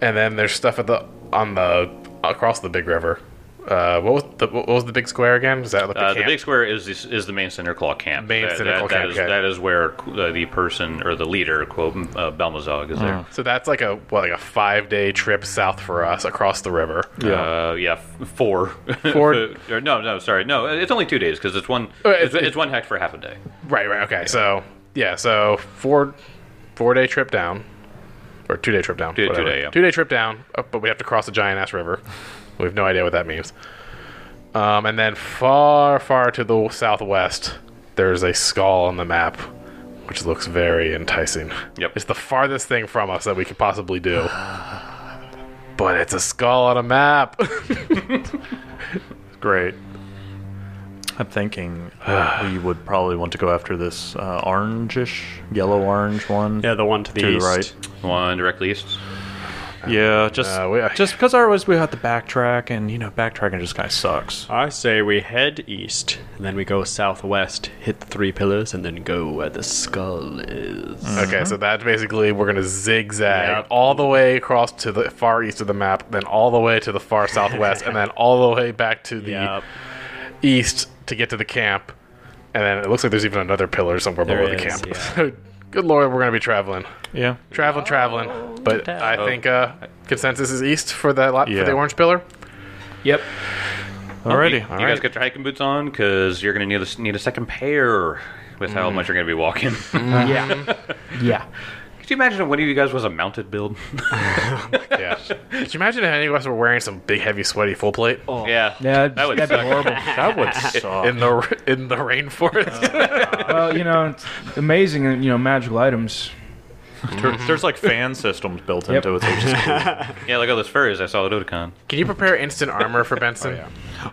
S3: and then there's stuff at the on the across the big river. Uh, what was the what was the big square again? Was that like the,
S1: Uh, the
S3: camp?
S1: big square is this, is the main center claw camp.
S3: Main
S1: that,
S3: Center
S1: that-
S3: Claw
S1: that
S3: camp,
S1: is-
S3: okay.
S1: that is where uh, the person or the leader, quote uh, Belmazog, is there.
S3: So that's like a what, like a five day trip south for us across the river.
S1: Yeah, uh, yeah, f- four.
S3: Four-
S1: Or no, no, sorry, no. It's only two days because it's one.
S3: Uh, it's-
S1: it's, it's one hex for half a day.
S3: Right, right, okay. So yeah, so four four day trip down, or two day trip down.
S1: Two- two
S3: whatever.
S1: day, yeah.
S3: Two day trip down, uh, but we have to cross a giant ass river. we have no idea what that means. Um, and then far, far to the southwest, there's a skull on the map, which looks very enticing.
S1: Yep.
S3: It's the farthest thing from us that we could possibly do. But it's a skull on a map.
S5: Great. I'm thinking uh, we would probably want to go after this uh, orangish, yellow orange one.
S4: Yeah, the one to the
S5: to
S4: east.
S5: the right.
S1: One directly east.
S5: Yeah, just
S3: Uh, we-
S5: just because otherwise we have to backtrack, and you know backtracking just kind of sucks.
S4: I say we head east, and then we go southwest, hit the three pillars, and then go where the skull is.
S3: Okay, so that basically we're gonna zigzag all the way across to the far east of the map, then all the way to the far southwest, and then all the way back to the
S4: Yep.
S3: east to get to the camp. And then it looks like there's even another pillar somewhere
S4: There
S3: below the
S4: is,
S3: camp.
S4: yeah.
S3: So, good lord, we're gonna be traveling,
S5: Yeah,
S3: traveling, traveling. But I
S4: Oh.
S3: think uh, consensus is east for that lot for
S5: Yeah.
S3: the orange pillar.
S4: Yep.
S5: alrighty.
S1: You guys get your hiking boots on because you're going to need a, need a second pair with how much you're going to be walking. Could
S2: yeah.
S1: you imagine if one of you guys was a mounted build?
S3: Yeah. Could you imagine if any of us were wearing some big, heavy, sweaty full plate
S4: Oh,
S1: yeah.
S2: Yeah,
S1: That would
S2: that'd be
S1: suck.
S2: horrible.
S5: that would suck.
S3: in the in the rainforest?
S4: Uh.
S2: well, you know, it's amazing, uh, you know, magical items.
S5: There- There's like fan systems built
S2: Yep.
S5: into it. So it's just cool.
S1: Yeah, like all those furries I saw at Oticon.
S3: Can you prepare instant armor for Benson?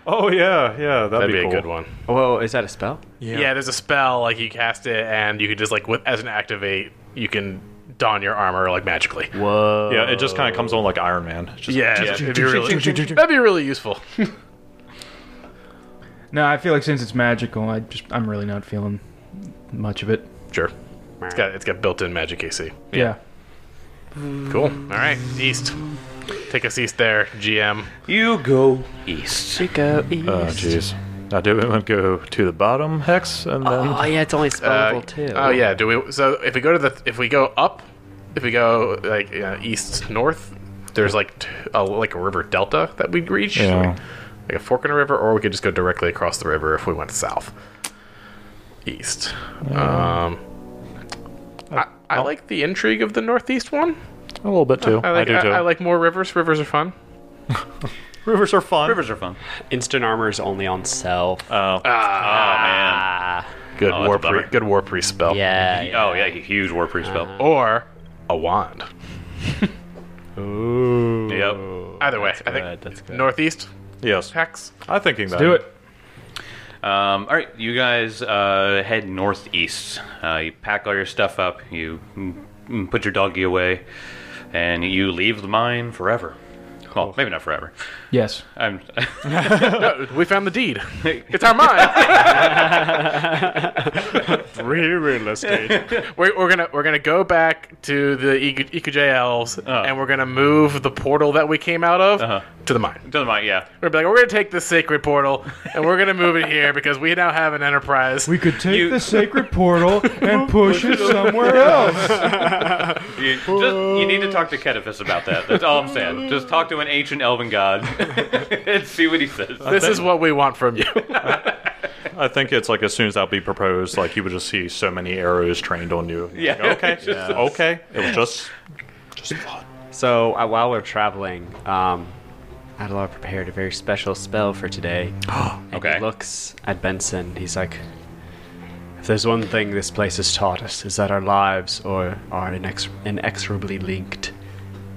S5: oh yeah, yeah, that'd,
S3: That'd be,
S5: cool.
S3: a good one.
S4: Oh, Whoa, is that a spell?
S3: Yeah. there's a spell like you cast it, and you can just like with as an activate, you can don your armor like magically.
S4: Whoa.
S5: Yeah, it just kind of comes on like Iron Man. It's just
S3: Yeah, it'd be really- that'd be really useful.
S2: No, I feel like since it's magical, I just I'm really not feeling much of it.
S3: Sure, it's got it's got built-in magic AC.
S2: Yeah.
S3: Mm. Cool. All right, east. Take us east there, GM.
S1: You go east.
S4: Go east.
S5: Oh jeez. Now, do we want to go to the bottom hex and then?
S4: Oh yeah, it's only
S3: Uh,
S4: spellable too.
S3: Oh yeah. Do we? So if we go to the, if we go up, if we go like you know, east north, there's like t- a, like a river delta that we'd reach,
S5: Yeah.
S3: like a fork in a river, or we could just go directly across the river if we went south, east. Um, I, I like the intrigue of the northeast one.
S5: a little bit too.
S3: I like
S5: do
S3: I,
S5: too.
S3: I like more rivers. Rivers are fun.
S5: rivers are fun.
S1: Rivers are fun.
S4: Instant armor is only on self.
S5: Oh,
S3: Good
S4: Ah.
S1: Oh, that's
S3: war
S1: a bummer.
S3: pre, good war pre spell.
S4: yeah.
S1: man. Oh yeah, huge war priest spell.
S3: Or a wand.
S1: Yep.
S3: Either way, I think northeast
S5: yes.
S3: hex.
S5: I'm thinking that.
S2: Do it.
S1: Um, all right, you guys uh, head northeast. Uh, you pack all your stuff up. You mm, mm, put your doggy away, and you leave the mine forever. Well, maybe not forever.
S2: Yes.
S1: I'm,
S3: No, we found the deed. It's our mine.
S6: Free real estate.
S3: we're, we're gonna we're gonna go back to the E EQJ elves, and we're gonna move the portal that we came out of to the mine.
S1: doesn't mind. Yeah,
S3: We're gonna be like, we're gonna take this sacred portal, and we're gonna move it here because we now have an enterprise.
S2: We could take
S1: You-
S2: the sacred portal and push it somewhere else.
S1: you, just, you need to talk to Kedifus about that. That's all I'm saying. Just talk to an ancient elven god and see what he says.
S3: this is what we want from you.
S5: I think it's like as soon as that would be proposed, like you would just see so many arrows trained on you.
S1: Yeah.
S5: Like, okay. Okay. It was just, just fun.
S4: So uh, while we're traveling, um, Adelar prepared a very special spell for today. And
S1: Okay.
S4: He looks at Benson. He's like, "If there's one thing this place has taught us, is that our lives or are inex- inexorably linked."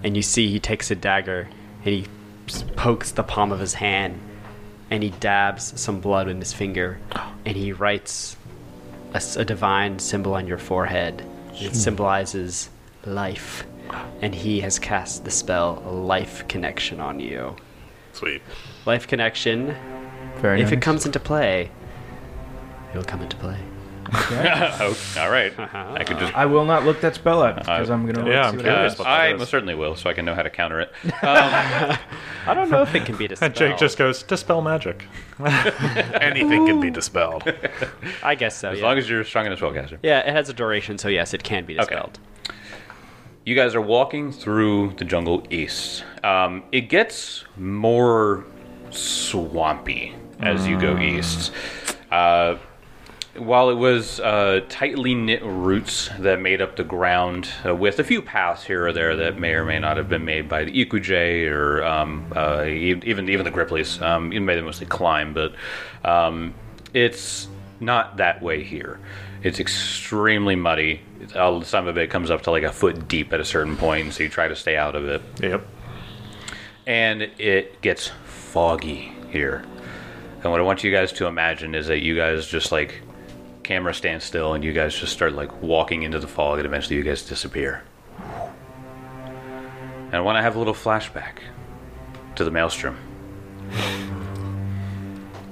S4: And you see, he takes a dagger and he s- pokes the palm of his hand, and he dabs some blood in his finger, and he writes a, s- a divine symbol on your forehead.
S1: Hmm.
S4: It symbolizes life, and he has cast the spell Life Connection on you.
S3: Sweet.
S4: Life Connection,
S2: Very
S4: if it
S2: nice.
S4: comes into play, it will come into play.
S1: Oh, all right.
S5: Uh-huh.
S1: I could just.
S2: I will not look that spell up because I'm gonna.
S5: yeah,
S2: look,
S5: I'm
S2: see what
S5: curious.
S1: Uh,
S2: it is.
S5: what that
S1: I
S5: is.
S1: most certainly will, so I can know how to counter it.
S4: I don't know if it can be
S5: And
S4: dispelled.
S5: Jake just goes dispel magic.
S3: Anything can be dispelled.
S4: I guess so.
S1: As
S4: Yeah.
S1: long as you're strong enough spellcaster.
S4: yeah, it has a duration, so yes, it can be dispelled.
S1: You guys are walking through the jungle east. Um, it gets more swampy as you
S5: Hmm.
S1: go east. Uh, while it was uh, tightly knit roots that made up the ground, uh, with a few paths here or there that may or may not have been made by the Ikuje or um, uh, e- even even the Griplies, um, even may they mostly climb, but um, it's not that way here. It's extremely muddy. It's, all, some of it comes up to like a foot deep at a certain point, so you try to stay out of it
S5: Yep.
S1: and it gets foggy here. And what I want you guys to imagine is that you guys just like camera stands still and you guys just start like walking into the fog and eventually you guys disappear. And I want to have a little flashback to the maelstrom.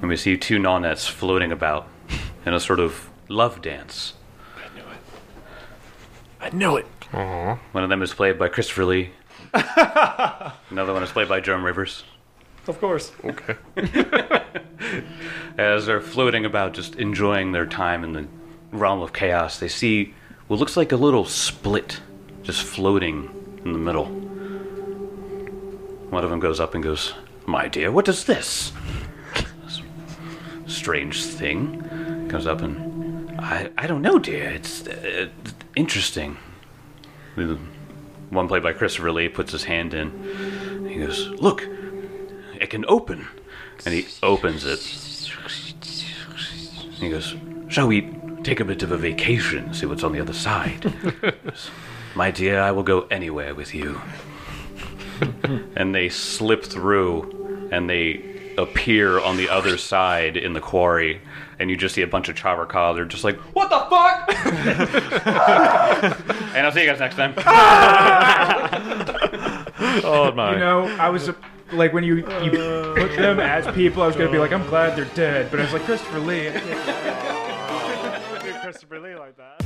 S1: And we see two nonettes floating about in a sort of love dance.
S5: I knew it.
S1: One of them is played by Christopher Lee. Another one is played by Joan Rivers.
S5: Of course.
S1: as they're floating about, just enjoying their time in the realm of chaos, they see what looks like a little split just floating in the middle. One of them goes up and goes, My dear, what is this? This Strange thing comes up and I, I don't know, dear. It's uh, interesting. The One played by Christopher Lee puts his hand in. He goes, Look, it can open. And he opens it. He goes, Shall we take a bit of a vacation, see what's on the other side? He goes, My dear, I will go anywhere with you. and they slip through and they appear on the other side in the quarry. And you just see a bunch of Chavarka. They're just like, What the fuck? and I'll see you guys next time.
S5: Oh my.
S2: You know, I was uh, like when you, you put them as people, I was gonna be like, I'm glad they're dead, but I was like Christopher Lee.
S6: Do Christopher Lee like that.